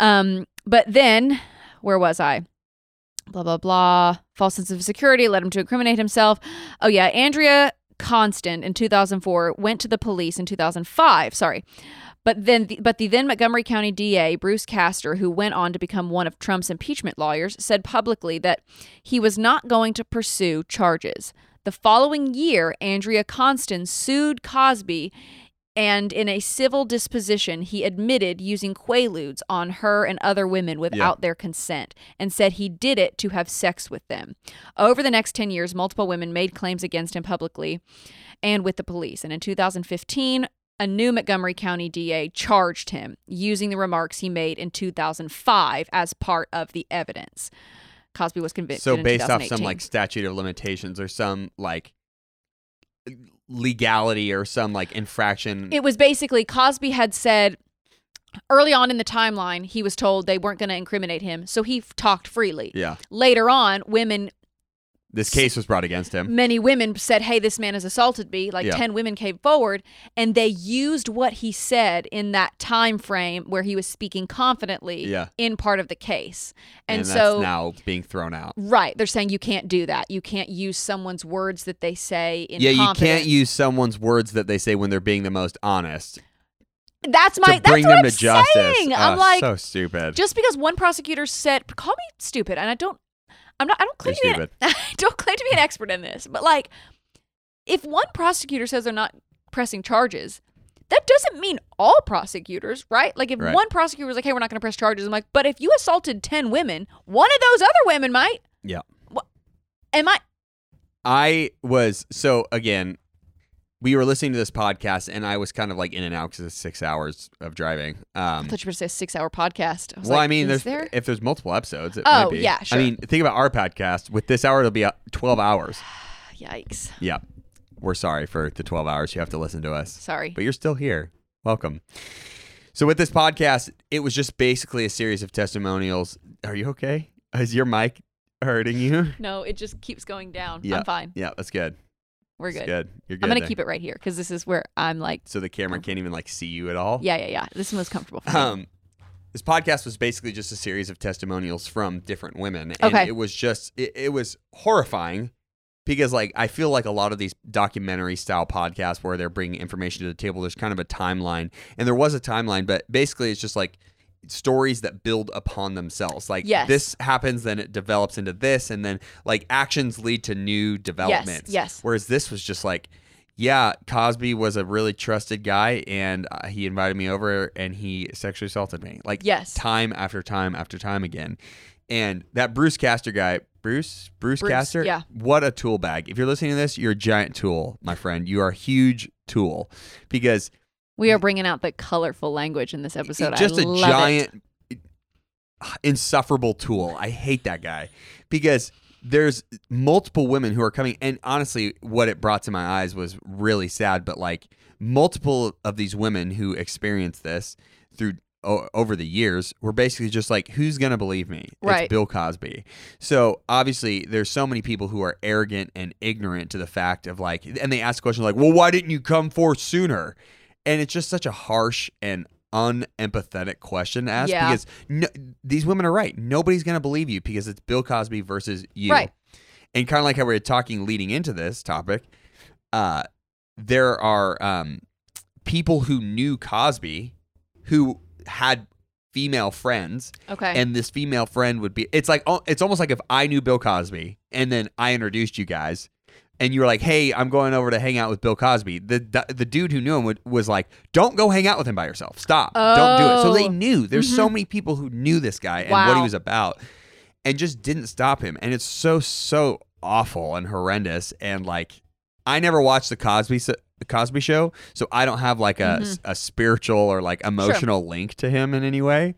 [SPEAKER 2] Um but then where was I? Blah blah blah. False sense of security led him to incriminate himself. Oh yeah, Andrea Constant in 2004 went to the police in 2005. Sorry. But then, the, but the then Montgomery County DA Bruce Castor, who went on to become one of Trump's impeachment lawyers, said publicly that he was not going to pursue charges. The following year, Andrea Constant sued Cosby, and in a civil disposition, he admitted using quaaludes on her and other women without their consent, and said he did it to have sex with them. Over the next ten years, multiple women made claims against him publicly and with the police. And in 2015, a new Montgomery County DA charged him using the remarks he made in 2005 as part of the evidence. Cosby was convicted.
[SPEAKER 1] So
[SPEAKER 2] in
[SPEAKER 1] based off some
[SPEAKER 2] 2018.
[SPEAKER 1] like statute of limitations or some like legality or some like infraction.
[SPEAKER 2] it was basically Cosby had said early on in the timeline he was told they weren't going to incriminate him, so he f- talked freely.
[SPEAKER 1] yeah,
[SPEAKER 2] Later on, women
[SPEAKER 1] This case was brought against him.
[SPEAKER 2] many women said, "Hey, this man has assaulted me." Like
[SPEAKER 1] Mm. Yeah.
[SPEAKER 2] 10 women came forward and they used what he said in that time frame where he was speaking confidently
[SPEAKER 1] Yeah.
[SPEAKER 2] in part of the case. And,
[SPEAKER 1] And,
[SPEAKER 2] so
[SPEAKER 1] that's now being thrown out.
[SPEAKER 2] right, they're saying you can't do that. You can't use someone's words that they say in
[SPEAKER 1] Yeah, you can't
[SPEAKER 2] confidence.
[SPEAKER 1] use someone's words that they say when they're being the most honest
[SPEAKER 2] That's my
[SPEAKER 1] to bring
[SPEAKER 2] that's what
[SPEAKER 1] them
[SPEAKER 2] I'm
[SPEAKER 1] to justice.
[SPEAKER 2] saying. I'm
[SPEAKER 1] Oh,
[SPEAKER 2] like
[SPEAKER 1] so stupid.
[SPEAKER 2] just because one prosecutor said call me stupid and i don't i'm not i don't claim to be
[SPEAKER 1] You're
[SPEAKER 2] an, I don't claim to be an expert in this but like if one prosecutor says they're not pressing charges that doesn't mean all prosecutors right like if
[SPEAKER 1] Right.
[SPEAKER 2] one prosecutor was like hey we're not going to press charges i'm like but if you assaulted 10 women one of those other women might
[SPEAKER 1] Yeah.
[SPEAKER 2] am i
[SPEAKER 1] I was so again. We were listening to this podcast, and I was kind of like in and out because it's six hours of driving.
[SPEAKER 2] i
[SPEAKER 1] Um,
[SPEAKER 2] thought you were going to say a six hour podcast I was
[SPEAKER 1] well,
[SPEAKER 2] like,
[SPEAKER 1] I mean, there's,
[SPEAKER 2] is there
[SPEAKER 1] if there's multiple episodes, it
[SPEAKER 2] Oh,
[SPEAKER 1] might be.
[SPEAKER 2] yeah, sure.
[SPEAKER 1] I mean, think about our podcast. With this hour, it'll be uh, twelve hours.
[SPEAKER 2] yikes
[SPEAKER 1] Yeah, we're sorry for the twelve hours you have to listen to us.
[SPEAKER 2] sorry
[SPEAKER 1] but you're still here. Welcome. So with this podcast, it was just basically a series of testimonials. Are you okay? Is your mic hurting you?
[SPEAKER 2] no it just keeps going down
[SPEAKER 1] Yeah.
[SPEAKER 2] i'm fine
[SPEAKER 1] Yeah, that's good.
[SPEAKER 2] we're
[SPEAKER 1] That's
[SPEAKER 2] good,
[SPEAKER 1] good. You're good.
[SPEAKER 2] i'm going to
[SPEAKER 1] there.
[SPEAKER 2] keep it right here because this is where i'm like
[SPEAKER 1] so the camera can't even like see you at all.
[SPEAKER 2] Yeah, yeah, yeah. This one was comfortable for me.
[SPEAKER 1] Um, this podcast was basically just a series of testimonials from different women, and
[SPEAKER 2] Okay.
[SPEAKER 1] it was just it, it was horrifying because like I feel like a lot of these documentary style podcasts where they're bringing information to the table, there's kind of a timeline, and there was a timeline, but basically it's just like stories that build upon themselves. Like
[SPEAKER 2] Yes.
[SPEAKER 1] this happens, then it develops into this, and then like actions lead to new developments.
[SPEAKER 2] yes.
[SPEAKER 1] Whereas this was just like yeah, Cosby was a really trusted guy, and uh, he invited me over, and he sexually assaulted me. Like
[SPEAKER 2] Yes.
[SPEAKER 1] time after time after time again. And that Bruce Castor guy, Bruce, Bruce,
[SPEAKER 2] Bruce,
[SPEAKER 1] Castor,
[SPEAKER 2] yeah.
[SPEAKER 1] what a tool bag. If you're listening to this, you're a giant tool, my friend. You are a huge tool because
[SPEAKER 2] we are bringing out the colorful language in this episode.
[SPEAKER 1] just
[SPEAKER 2] I
[SPEAKER 1] a
[SPEAKER 2] love It.
[SPEAKER 1] giant insufferable tool. I hate that guy because there's multiple women who are coming and honestly what it brought to my eyes was really sad but like multiple of these women who experienced this through o- over the years were basically just like who's going to believe me?
[SPEAKER 2] Right.
[SPEAKER 1] It's Bill Cosby. So obviously there's so many people who are arrogant and ignorant to the fact of like and they ask questions like, "Well, why didn't you come forth sooner?" And it's just such a harsh and unempathetic question to ask
[SPEAKER 2] Yeah.
[SPEAKER 1] because no, these women are right. Nobody's going to believe you because it's Bill Cosby versus you.
[SPEAKER 2] Right.
[SPEAKER 1] And kind of like how we were talking leading into this topic, uh, there are um, people who knew Cosby who had female friends
[SPEAKER 2] Okay.
[SPEAKER 1] and this female friend would be it's like oh, it's almost like if I knew Bill Cosby and then I introduced you guys and you were like, "Hey, I'm going over to hang out with Bill Cosby." The the, the dude who knew him would, was like, "Don't go hang out with him by yourself. Stop. Don't do it." So
[SPEAKER 2] Oh.
[SPEAKER 1] they knew. There's so many people who knew this guy and what he
[SPEAKER 2] Wow.
[SPEAKER 1] was about and just didn't stop him. And it's so so awful and horrendous and like I never watched the Cosby s- the Cosby show, so I don't have like
[SPEAKER 2] Mm-hmm.
[SPEAKER 1] a, a spiritual or like emotional link to him in any way.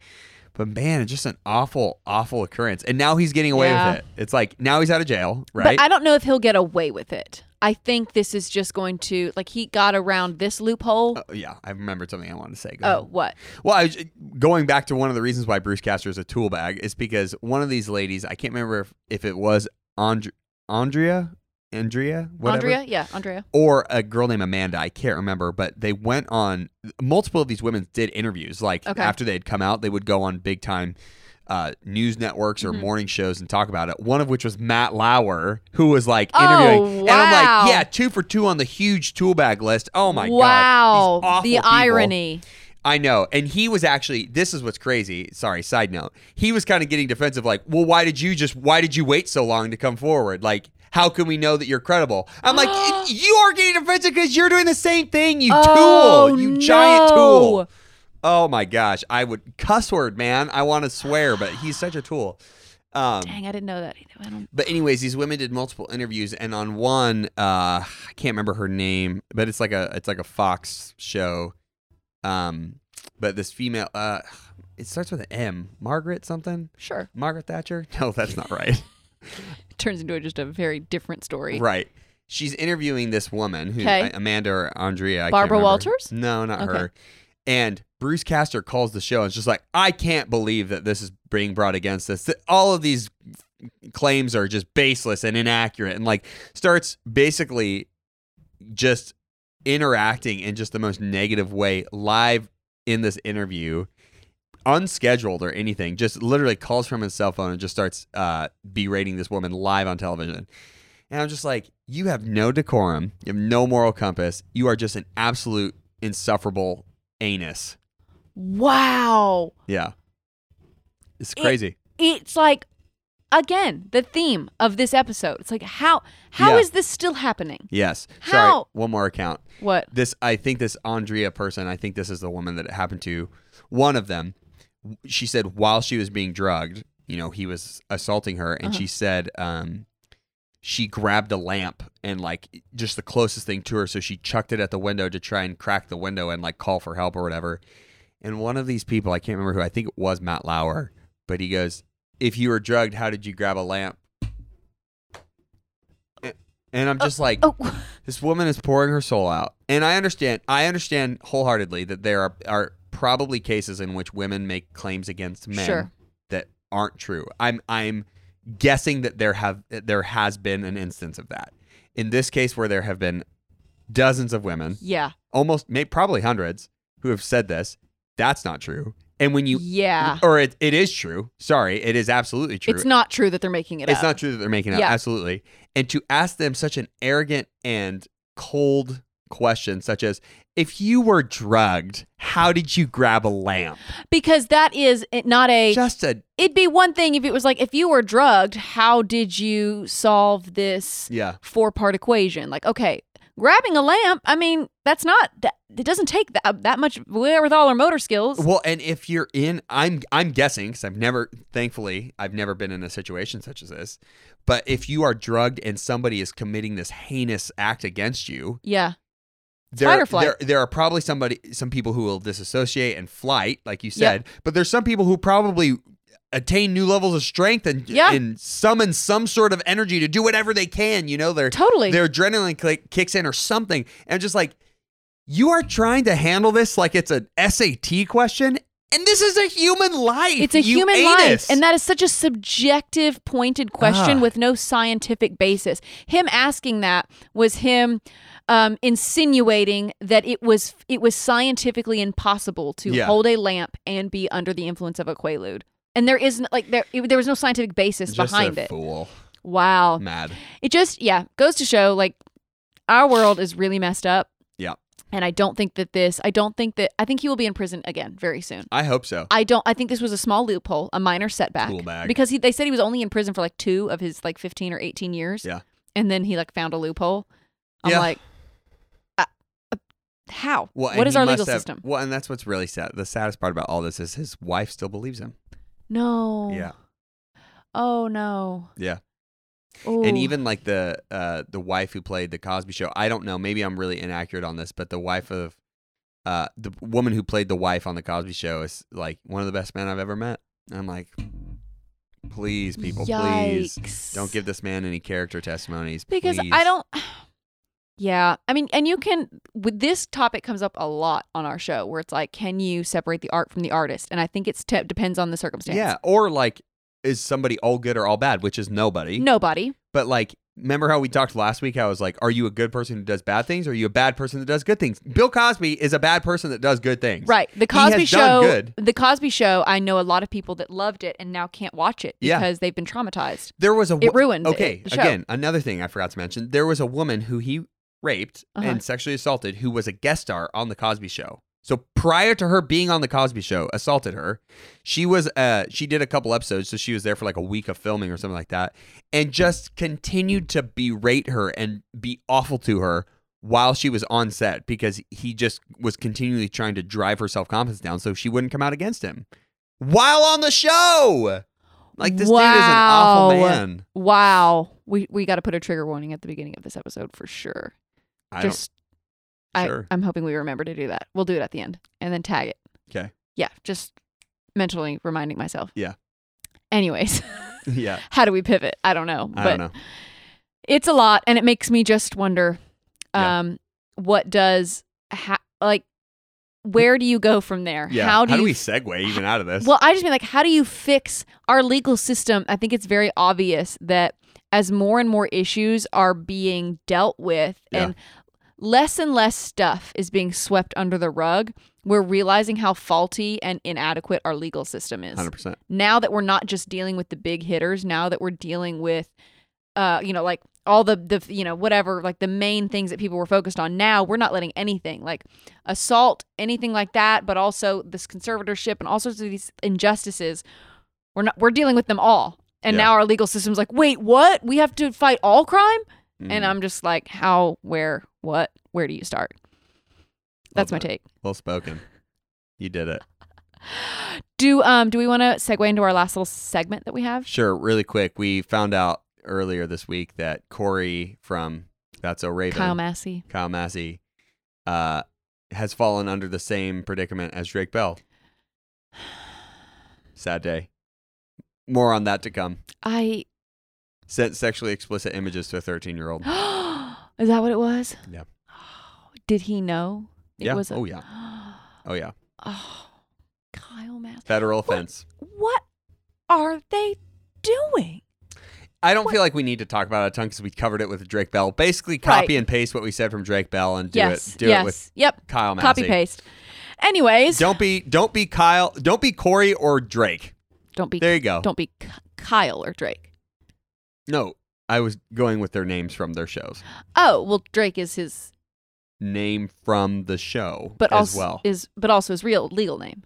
[SPEAKER 1] But man, it's just an awful, awful occurrence. And now he's getting away
[SPEAKER 2] Yeah.
[SPEAKER 1] with it. It's like now he's out of jail, right?
[SPEAKER 2] But I don't know if he'll get away with it. I think this is just going to like he got around this loophole.
[SPEAKER 1] Oh, yeah, I remembered something I wanted to say. Go
[SPEAKER 2] oh,
[SPEAKER 1] ahead.
[SPEAKER 2] what?
[SPEAKER 1] Well, I was, going back to one of the reasons why Bruce Castor is a tool bag is because one of these ladies, I can't remember if, if it was Andr- Andrea, Andrea, whatever.
[SPEAKER 2] Andrea? Yeah, Andrea.
[SPEAKER 1] or a girl named Amanda, I can't remember, but they went on multiple of these women did interviews. Like
[SPEAKER 2] Okay.
[SPEAKER 1] after they had come out, they would go on big time uh, news networks
[SPEAKER 2] Mm-hmm.
[SPEAKER 1] or morning shows and talk about it. One of which was Matt Lauer, who was like
[SPEAKER 2] Oh,
[SPEAKER 1] interviewing, and I'm
[SPEAKER 2] wow.
[SPEAKER 1] like, yeah, two for two on the huge tool bag list. Oh my
[SPEAKER 2] wow.
[SPEAKER 1] god, These awful
[SPEAKER 2] the
[SPEAKER 1] people.
[SPEAKER 2] irony.
[SPEAKER 1] I know. And he was actually this is what's crazy. Sorry, side note. He was kind of getting defensive like, "Well, why did you just why did you wait so long to come forward? Like, how can we know that you're credible?" I'm like, "You are getting defensive cuz you're doing the same thing, you
[SPEAKER 2] Oh,
[SPEAKER 1] tool, you giant
[SPEAKER 2] no.
[SPEAKER 1] tool." Oh my gosh, I would cuss word, man. I want to swear, but he's such a tool. Um
[SPEAKER 2] Dang, I didn't know that either. I don't.
[SPEAKER 1] but anyways, these women did multiple interviews, and on one, uh, I can't remember her name, but it's like a it's like a Fox show. Um, but this female, uh, it starts with an M, Margaret something,
[SPEAKER 2] Sure.
[SPEAKER 1] Margaret Thatcher. No, that's not right.
[SPEAKER 2] It turns into just a very different story.
[SPEAKER 1] right. She's interviewing this woman who
[SPEAKER 2] Okay.
[SPEAKER 1] I- Amanda or Andrea. I can't
[SPEAKER 2] Barbara
[SPEAKER 1] remember.
[SPEAKER 2] Walters?
[SPEAKER 1] No, not
[SPEAKER 2] Okay.
[SPEAKER 1] her. And Bruce Castor calls the show and is just like, I can't believe that this is being brought against us. That all of these claims are just baseless and inaccurate and like starts basically just interacting in just the most negative way live in this interview unscheduled or anything just literally calls from his cell phone and just starts uh, berating this woman live on television and i'm just like you have no decorum you have no moral compass you are just an absolute insufferable anus
[SPEAKER 2] Wow.
[SPEAKER 1] yeah it's
[SPEAKER 2] It-
[SPEAKER 1] crazy
[SPEAKER 2] It's like again, the theme of this episode. It's like how how is
[SPEAKER 1] Yeah.
[SPEAKER 2] this still happening?
[SPEAKER 1] Yes. Sorry.
[SPEAKER 2] How?
[SPEAKER 1] One more account.
[SPEAKER 2] What?
[SPEAKER 1] This I think this Andrea person, I think this is the woman that it happened to. One of them, she said while she was being drugged, you know, he was assaulting her and she said um she grabbed a lamp and like just the closest thing to her so she chucked it at the window to try and crack the window and like call for help or whatever. And one of these people, I can't remember who, I think it was Matt Lauer, but he goes, "If you were drugged, how did you grab a lamp?" A- And I'm just like,
[SPEAKER 2] Oh,
[SPEAKER 1] this woman is pouring her soul out, and I understand. I understand wholeheartedly that there are, are probably cases in which women make claims against men
[SPEAKER 2] Sure.
[SPEAKER 1] that aren't true. I'm I'm guessing that there have there has been an instance of that. In this case, where there have been dozens of women,
[SPEAKER 2] yeah.
[SPEAKER 1] almost may, probably hundreds, who have said this, that's not true. And when you
[SPEAKER 2] yeah.
[SPEAKER 1] or it, it is true. Sorry, it is absolutely true
[SPEAKER 2] It's not true that they're making it
[SPEAKER 1] it's
[SPEAKER 2] up.
[SPEAKER 1] not true that they're making out
[SPEAKER 2] Yeah.
[SPEAKER 1] absolutely and to ask them such an arrogant and cold question such as if you were drugged how did you grab a lamp
[SPEAKER 2] because that is it- not a
[SPEAKER 1] just a
[SPEAKER 2] it'd be one thing if it was like if you were drugged how did you solve this
[SPEAKER 1] yeah
[SPEAKER 2] four part equation like okay grabbing a lamp i mean that's not that it doesn't take that, that much wherewithal or motor skills
[SPEAKER 1] well and if you're in i'm i'm guessing because i've never thankfully i've never been in a situation such as this but if you are drugged and somebody is committing this heinous act against you
[SPEAKER 2] yeah Fight
[SPEAKER 1] there,
[SPEAKER 2] or flight.
[SPEAKER 1] there there are probably somebody some people who will disassociate and flight like you said but there's some people who probably attain new levels of strength and,
[SPEAKER 2] Yeah.
[SPEAKER 1] and summon some sort of energy to do whatever they can you know their
[SPEAKER 2] totally
[SPEAKER 1] their adrenaline click, kicks in or something and just like you are trying to handle this like it's an SAT question and this is a human life
[SPEAKER 2] it's a
[SPEAKER 1] you
[SPEAKER 2] human
[SPEAKER 1] anus.
[SPEAKER 2] life and that is such a subjective pointed question
[SPEAKER 1] Ah.
[SPEAKER 2] with no scientific basis him asking that was him um, insinuating that it was it was scientifically impossible to
[SPEAKER 1] Yeah.
[SPEAKER 2] hold a lamp and be under the influence of a quaalude and there isn't like there it, there was no scientific basis
[SPEAKER 1] just
[SPEAKER 2] behind
[SPEAKER 1] a
[SPEAKER 2] it
[SPEAKER 1] fool Mm.
[SPEAKER 2] wow
[SPEAKER 1] mad
[SPEAKER 2] it just yeah goes to show like our world is really messed up
[SPEAKER 1] Yeah.
[SPEAKER 2] and i don't think that this i don't think that i think he will be in prison again very soon
[SPEAKER 1] I hope so
[SPEAKER 2] I don't. I think this was a small loophole, a minor setback,
[SPEAKER 1] Cool bag.
[SPEAKER 2] because he, they said he was only in prison for like two of his like fifteen or eighteen years.
[SPEAKER 1] Yeah.
[SPEAKER 2] and then he like found a loophole. I'm
[SPEAKER 1] Yeah.
[SPEAKER 2] like, uh, uh, how?
[SPEAKER 1] well, and
[SPEAKER 2] what is
[SPEAKER 1] he
[SPEAKER 2] our
[SPEAKER 1] must
[SPEAKER 2] legal
[SPEAKER 1] have-
[SPEAKER 2] system?
[SPEAKER 1] well and that's what's really sad the saddest part about all this is his wife still believes him
[SPEAKER 2] No.
[SPEAKER 1] yeah
[SPEAKER 2] Oh no.
[SPEAKER 1] Yeah.
[SPEAKER 2] Ooh.
[SPEAKER 1] and even like the uh the wife who played the Cosby Show. I don't know. Maybe I'm really inaccurate on this, but the wife of uh the woman who played the wife on the Cosby Show is like one of the best men I've ever met. And I'm like, please, people, please
[SPEAKER 2] Yikes.
[SPEAKER 1] don't give this man any character testimonies
[SPEAKER 2] because
[SPEAKER 1] please.
[SPEAKER 2] I don't. Yeah, I mean, and you can. With this topic comes up a lot on our show, where it's like, can you separate the art from the artist? And I think it's te- depends on the circumstance.
[SPEAKER 1] Yeah, or like, is somebody all good or all bad? Which is nobody.
[SPEAKER 2] Nobody.
[SPEAKER 1] But like, remember how we talked last week? How I was like, are you a good person who does bad things, or are you a bad person that does good things? Bill Cosby is a bad person that does good things.
[SPEAKER 2] Right. The
[SPEAKER 1] He has
[SPEAKER 2] Cosby
[SPEAKER 1] done
[SPEAKER 2] Show.
[SPEAKER 1] good.
[SPEAKER 2] The Cosby Show. I know a lot of people that loved it and now can't watch it
[SPEAKER 1] Yeah.
[SPEAKER 2] because they've been traumatized.
[SPEAKER 1] There was a
[SPEAKER 2] It ruined it,
[SPEAKER 1] Okay,
[SPEAKER 2] the show.
[SPEAKER 1] again, another thing I forgot to mention. There was a woman who he raped
[SPEAKER 2] Uh-huh.
[SPEAKER 1] and sexually assaulted who was a guest star on the Cosby Show. So prior to her being on the Cosby Show, assaulted her. She was uh she did a couple episodes, so she was there for like a week of filming or something like that, and just continued to berate her and be awful to her while she was on set because he just was continually trying to drive her self confidence down so she wouldn't come out against him while on the show. Like this dude is an awful
[SPEAKER 2] Wow.
[SPEAKER 1] man.
[SPEAKER 2] Wow. We we got to put a trigger warning at the beginning of this episode for sure.
[SPEAKER 1] I don't-
[SPEAKER 2] just I,
[SPEAKER 1] Sure.
[SPEAKER 2] I'm hoping we remember to do that. We'll do it at the end and then tag it.
[SPEAKER 1] Okay.
[SPEAKER 2] Yeah. Just mentally reminding myself.
[SPEAKER 1] Yeah.
[SPEAKER 2] Anyways,
[SPEAKER 1] yeah.
[SPEAKER 2] how do we pivot? I don't know.
[SPEAKER 1] I
[SPEAKER 2] but
[SPEAKER 1] don't know.
[SPEAKER 2] it's a lot and it makes me just wonder
[SPEAKER 1] Yeah.
[SPEAKER 2] um what does ha- like where do you go from there?
[SPEAKER 1] Yeah.
[SPEAKER 2] How do, you
[SPEAKER 1] we segue even out of this?
[SPEAKER 2] Well, I just mean like, how do you fix our legal system? I think it's very obvious that as more and more issues are being dealt with
[SPEAKER 1] Yeah.
[SPEAKER 2] and less and less stuff is being swept under the rug, we're realizing how faulty and inadequate our legal system is.
[SPEAKER 1] 100%.
[SPEAKER 2] Now that we're not just dealing with the big hitters, now that we're dealing with uh, you know, like all the the you know whatever like the main things that people were focused on. Now we're not letting anything like assault, anything like that, but also this conservatorship and all sorts of these injustices. We're not we're dealing with them all, and
[SPEAKER 1] Yeah.
[SPEAKER 2] now our legal system's like, wait, what? We have to fight all crime?
[SPEAKER 1] Mm.
[SPEAKER 2] And I'm just like, how, where, what, where do you start? That's my
[SPEAKER 1] Love that.
[SPEAKER 2] take.
[SPEAKER 1] Well spoken. You did it.
[SPEAKER 2] Do um do we want to segue into our last little segment that we have?
[SPEAKER 1] Sure. Really quick, we found out earlier this week that Corey from That's O Raven,
[SPEAKER 2] Kyle Massey.
[SPEAKER 1] Kyle Massey, uh, has fallen under the same predicament as Drake Bell. Sad day. More on that to come.
[SPEAKER 2] I
[SPEAKER 1] Sent sexually explicit images to a 13 year old.
[SPEAKER 2] is that what it was?
[SPEAKER 1] Yeah.
[SPEAKER 2] Did he know? It
[SPEAKER 1] Yeah.
[SPEAKER 2] Was a-
[SPEAKER 1] Oh, yeah. Oh, yeah.
[SPEAKER 2] Oh, Kyle Mass.
[SPEAKER 1] Federal offense.
[SPEAKER 2] What are they doing?
[SPEAKER 1] I don't
[SPEAKER 2] What-
[SPEAKER 1] feel like we need to talk about it a ton because we covered it with Drake Bell. Basically, copy
[SPEAKER 2] Right.
[SPEAKER 1] and paste what we said from Drake Bell and do
[SPEAKER 2] yes.
[SPEAKER 1] it. Do
[SPEAKER 2] yes.
[SPEAKER 1] it with
[SPEAKER 2] yep.
[SPEAKER 1] Kyle Massey.
[SPEAKER 2] Copy paste. Anyways,
[SPEAKER 1] Don't be, don't be Kyle. Don't be Corey or Drake.
[SPEAKER 2] don't be
[SPEAKER 1] There you go.
[SPEAKER 2] don't be K- Kyle or Drake.
[SPEAKER 1] No, I was going with their names from their shows.
[SPEAKER 2] Oh well, Drake is his,
[SPEAKER 1] Name from the show,
[SPEAKER 2] but
[SPEAKER 1] as
[SPEAKER 2] also
[SPEAKER 1] well.
[SPEAKER 2] is but also his real legal name.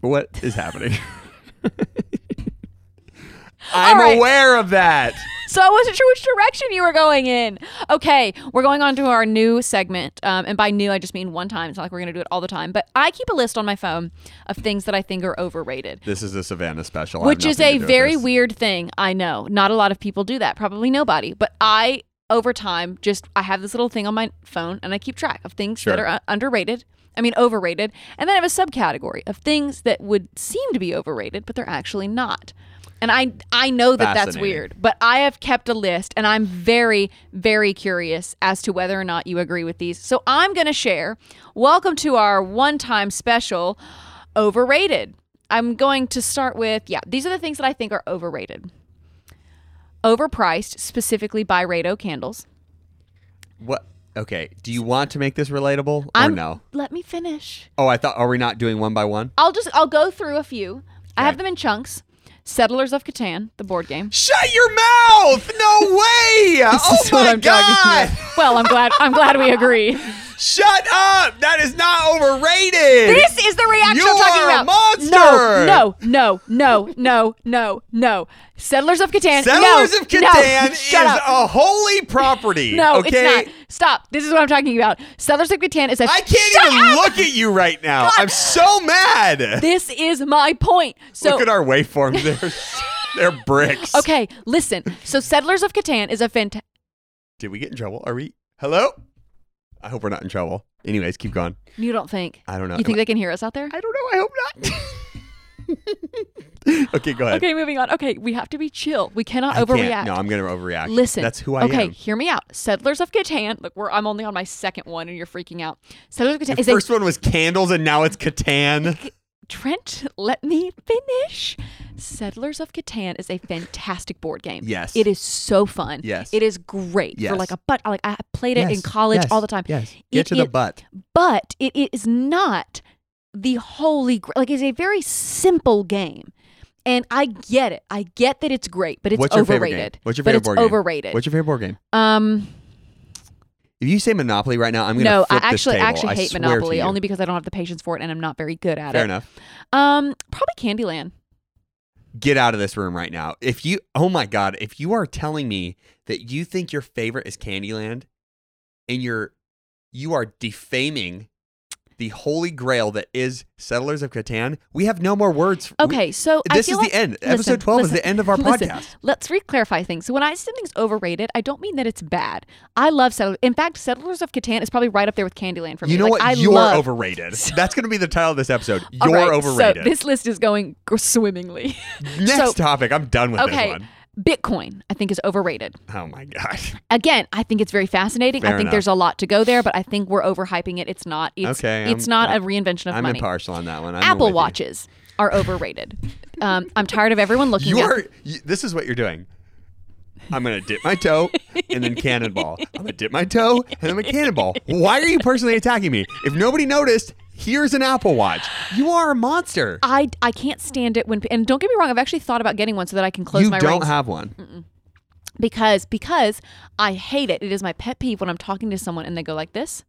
[SPEAKER 1] what is happening? I'm
[SPEAKER 2] right.
[SPEAKER 1] aware of that.
[SPEAKER 2] So I wasn't sure which direction you were going in. Okay, we're going on to our new segment. Um, and by new, I just mean one time. It's not like we're going to do it all the time. But I keep a list on my phone of things that I think are overrated,
[SPEAKER 1] This is a Savannah special, I have
[SPEAKER 2] which is
[SPEAKER 1] nothing
[SPEAKER 2] a
[SPEAKER 1] to do with
[SPEAKER 2] very
[SPEAKER 1] this.
[SPEAKER 2] weird thing. I know. Not a lot of people do that. Probably nobody. But I, over time, just I have this little thing on my phone and I keep track of things that
[SPEAKER 1] Sure.
[SPEAKER 2] are uh, underrated. I mean, overrated. And then I have a subcategory of things that would seem to be overrated, but they're actually not. And I I know that that's
[SPEAKER 1] Fascinating.
[SPEAKER 2] weird, but I have kept a list and I'm very very curious as to whether or not you agree with these. So I'm going to share. Welcome to our one-time special overrated. I'm going to start with yeah, these are the things that I think are overrated. Overpriced, specifically by Rado candles.
[SPEAKER 1] What? Okay. Do you want to make this relatable or
[SPEAKER 2] I'm-
[SPEAKER 1] no?
[SPEAKER 2] Let me finish.
[SPEAKER 1] Oh, I thought. Are we not doing one by one?
[SPEAKER 2] I'll just I'll go through a few. I
[SPEAKER 1] Okay.
[SPEAKER 2] have them in chunks. Settlers of Catan, the board game.
[SPEAKER 1] Shut your mouth! No way! oh
[SPEAKER 2] This is
[SPEAKER 1] my
[SPEAKER 2] what I'm talking
[SPEAKER 1] god!
[SPEAKER 2] about. Well, I'm glad I'm glad we agree.
[SPEAKER 1] Shut up! That is not overrated.
[SPEAKER 2] This is the reaction
[SPEAKER 1] You
[SPEAKER 2] I'm talking
[SPEAKER 1] are a
[SPEAKER 2] about.
[SPEAKER 1] monster.
[SPEAKER 2] No, no, no, no, no, no, no. Settlers of Catan.
[SPEAKER 1] Settlers
[SPEAKER 2] no,
[SPEAKER 1] of Catan
[SPEAKER 2] no.
[SPEAKER 1] is
[SPEAKER 2] Shut up.
[SPEAKER 1] a holy property.
[SPEAKER 2] no,
[SPEAKER 1] okay?
[SPEAKER 2] it's not. Stop. This is what I'm talking about. Settlers of Catan is a.
[SPEAKER 1] I can't
[SPEAKER 2] Shut
[SPEAKER 1] even
[SPEAKER 2] up.
[SPEAKER 1] look at you right now. I'm so mad.
[SPEAKER 2] This is my point. So
[SPEAKER 1] look at our waveform. They're, they're bricks.
[SPEAKER 2] okay, listen. So Settlers of Catan is a fantastic.
[SPEAKER 1] Did we get in trouble? Are we? Hello? I hope we're not in trouble. Anyways, keep going.
[SPEAKER 2] You don't think?
[SPEAKER 1] I don't know.
[SPEAKER 2] You think they can hear us out there?
[SPEAKER 1] I don't know. I hope not. okay, go ahead.
[SPEAKER 2] Okay, moving on. Okay, we have to be chill. We cannot
[SPEAKER 1] I can't.
[SPEAKER 2] overreact.
[SPEAKER 1] No, I'm going to overreact.
[SPEAKER 2] Listen.
[SPEAKER 1] That's who I
[SPEAKER 2] okay,
[SPEAKER 1] am.
[SPEAKER 2] hear me out. Settlers of Catan. Look, we're, I'm only on my second one, and you're freaking out. Settlers of Catan
[SPEAKER 1] The
[SPEAKER 2] is a
[SPEAKER 1] first one was candles, and now it's Catan.
[SPEAKER 2] Trent, let me finish. Settlers of Catan is a fantastic board game.
[SPEAKER 1] Yes.
[SPEAKER 2] It is so fun.
[SPEAKER 1] Yes.
[SPEAKER 2] It is great
[SPEAKER 1] Yes.
[SPEAKER 2] for like a butt. Like I played it in college all the time.
[SPEAKER 1] Yes. Get
[SPEAKER 2] It-
[SPEAKER 1] to the
[SPEAKER 2] it-
[SPEAKER 1] butt.
[SPEAKER 2] But it, it is not the holy gra- like it's a very simple game. And I get it. I get that it's great, but it's
[SPEAKER 1] What's your
[SPEAKER 2] overrated.
[SPEAKER 1] favorite game? What's your
[SPEAKER 2] but
[SPEAKER 1] favorite
[SPEAKER 2] it's
[SPEAKER 1] board game?
[SPEAKER 2] overrated.
[SPEAKER 1] What's your favorite board game?
[SPEAKER 2] um
[SPEAKER 1] If you say Monopoly right now, I'm gonna
[SPEAKER 2] no, I
[SPEAKER 1] flip this
[SPEAKER 2] actually
[SPEAKER 1] table.
[SPEAKER 2] actually
[SPEAKER 1] I
[SPEAKER 2] hate
[SPEAKER 1] swear to
[SPEAKER 2] Monopoly
[SPEAKER 1] you.
[SPEAKER 2] only because I don't have the patience for it and I'm not very good at
[SPEAKER 1] Fair
[SPEAKER 2] it.
[SPEAKER 1] enough.
[SPEAKER 2] Um probably Candyland.
[SPEAKER 1] Get out of this room right now. If you, oh my god, if you are telling me that you think your favorite is Candyland, and you're, you are defaming the holy grail that is Settlers of Catan. We have no more words. We-
[SPEAKER 2] Okay, so I
[SPEAKER 1] this
[SPEAKER 2] feel
[SPEAKER 1] is
[SPEAKER 2] like
[SPEAKER 1] the end.
[SPEAKER 2] listen,
[SPEAKER 1] Episode 12 is
[SPEAKER 2] listen,
[SPEAKER 1] the end of our
[SPEAKER 2] listen.
[SPEAKER 1] podcast.
[SPEAKER 2] Let's re-clarify things. So when I say things overrated, I don't mean that it's bad. I love Settlers. In fact, Settlers of Catan is probably right up there with Candyland for me.
[SPEAKER 1] You know
[SPEAKER 2] Like,
[SPEAKER 1] what?
[SPEAKER 2] I
[SPEAKER 1] You're
[SPEAKER 2] love,
[SPEAKER 1] overrated. That's going to be the title of this episode.
[SPEAKER 2] All
[SPEAKER 1] You're
[SPEAKER 2] right,
[SPEAKER 1] overrated.
[SPEAKER 2] So this list is going gr- swimmingly.
[SPEAKER 1] Next
[SPEAKER 2] so-
[SPEAKER 1] topic. I'm done with this
[SPEAKER 2] okay,
[SPEAKER 1] one.
[SPEAKER 2] Bitcoin, I think, is overrated.
[SPEAKER 1] Oh my god.
[SPEAKER 2] Again, I think it's very fascinating. I
[SPEAKER 1] Fair
[SPEAKER 2] think
[SPEAKER 1] enough.
[SPEAKER 2] there's a lot to go there, but I think we're overhyping it. It's not. It's,
[SPEAKER 1] Okay,
[SPEAKER 2] it's
[SPEAKER 1] I'm-
[SPEAKER 2] not a reinvention of
[SPEAKER 1] I'm
[SPEAKER 2] money.
[SPEAKER 1] impartial on that one. I'm with
[SPEAKER 2] Apple
[SPEAKER 1] you.
[SPEAKER 2] watches are overrated. um, I'm tired of everyone looking.
[SPEAKER 1] You
[SPEAKER 2] at-
[SPEAKER 1] are. You, this is what you're doing. I'm gonna dip my toe and then cannonball. I'm gonna dip my toe and then I'm gonna cannonball. Why are you personally attacking me? If nobody noticed, here's an Apple Watch. You are a monster.
[SPEAKER 2] I, I can't stand it when and don't get me wrong I've actually thought about getting one so that I can close
[SPEAKER 1] You
[SPEAKER 2] my
[SPEAKER 1] don't
[SPEAKER 2] rings
[SPEAKER 1] have one.
[SPEAKER 2] because because I hate it. It is my pet peeve when I'm talking to someone and they go like this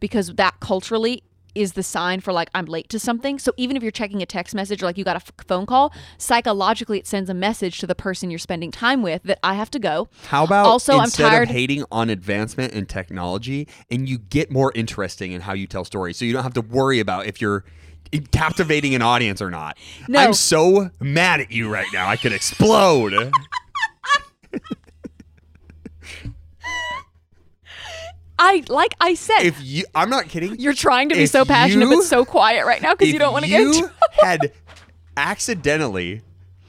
[SPEAKER 2] because that culturally is the sign for like I'm late to something. So even if you're checking a text message or like you got a f- phone call, psychologically it sends a message to the person you're spending time with that I have to go.
[SPEAKER 1] How about
[SPEAKER 2] Also, I'm
[SPEAKER 1] instead
[SPEAKER 2] tired-
[SPEAKER 1] of hating on advancement in technology, and you get more interesting in how you tell stories, so you don't have to worry about if you're captivating an audience or not.
[SPEAKER 2] No.
[SPEAKER 1] I'm so mad at you right now. I could explode.
[SPEAKER 2] I like I said
[SPEAKER 1] if you, I'm not kidding.
[SPEAKER 2] you're trying to be
[SPEAKER 1] if
[SPEAKER 2] so passionate
[SPEAKER 1] you-
[SPEAKER 2] but so quiet right now because you
[SPEAKER 1] if
[SPEAKER 2] don't want to
[SPEAKER 1] you
[SPEAKER 2] get in trouble.
[SPEAKER 1] had accidentally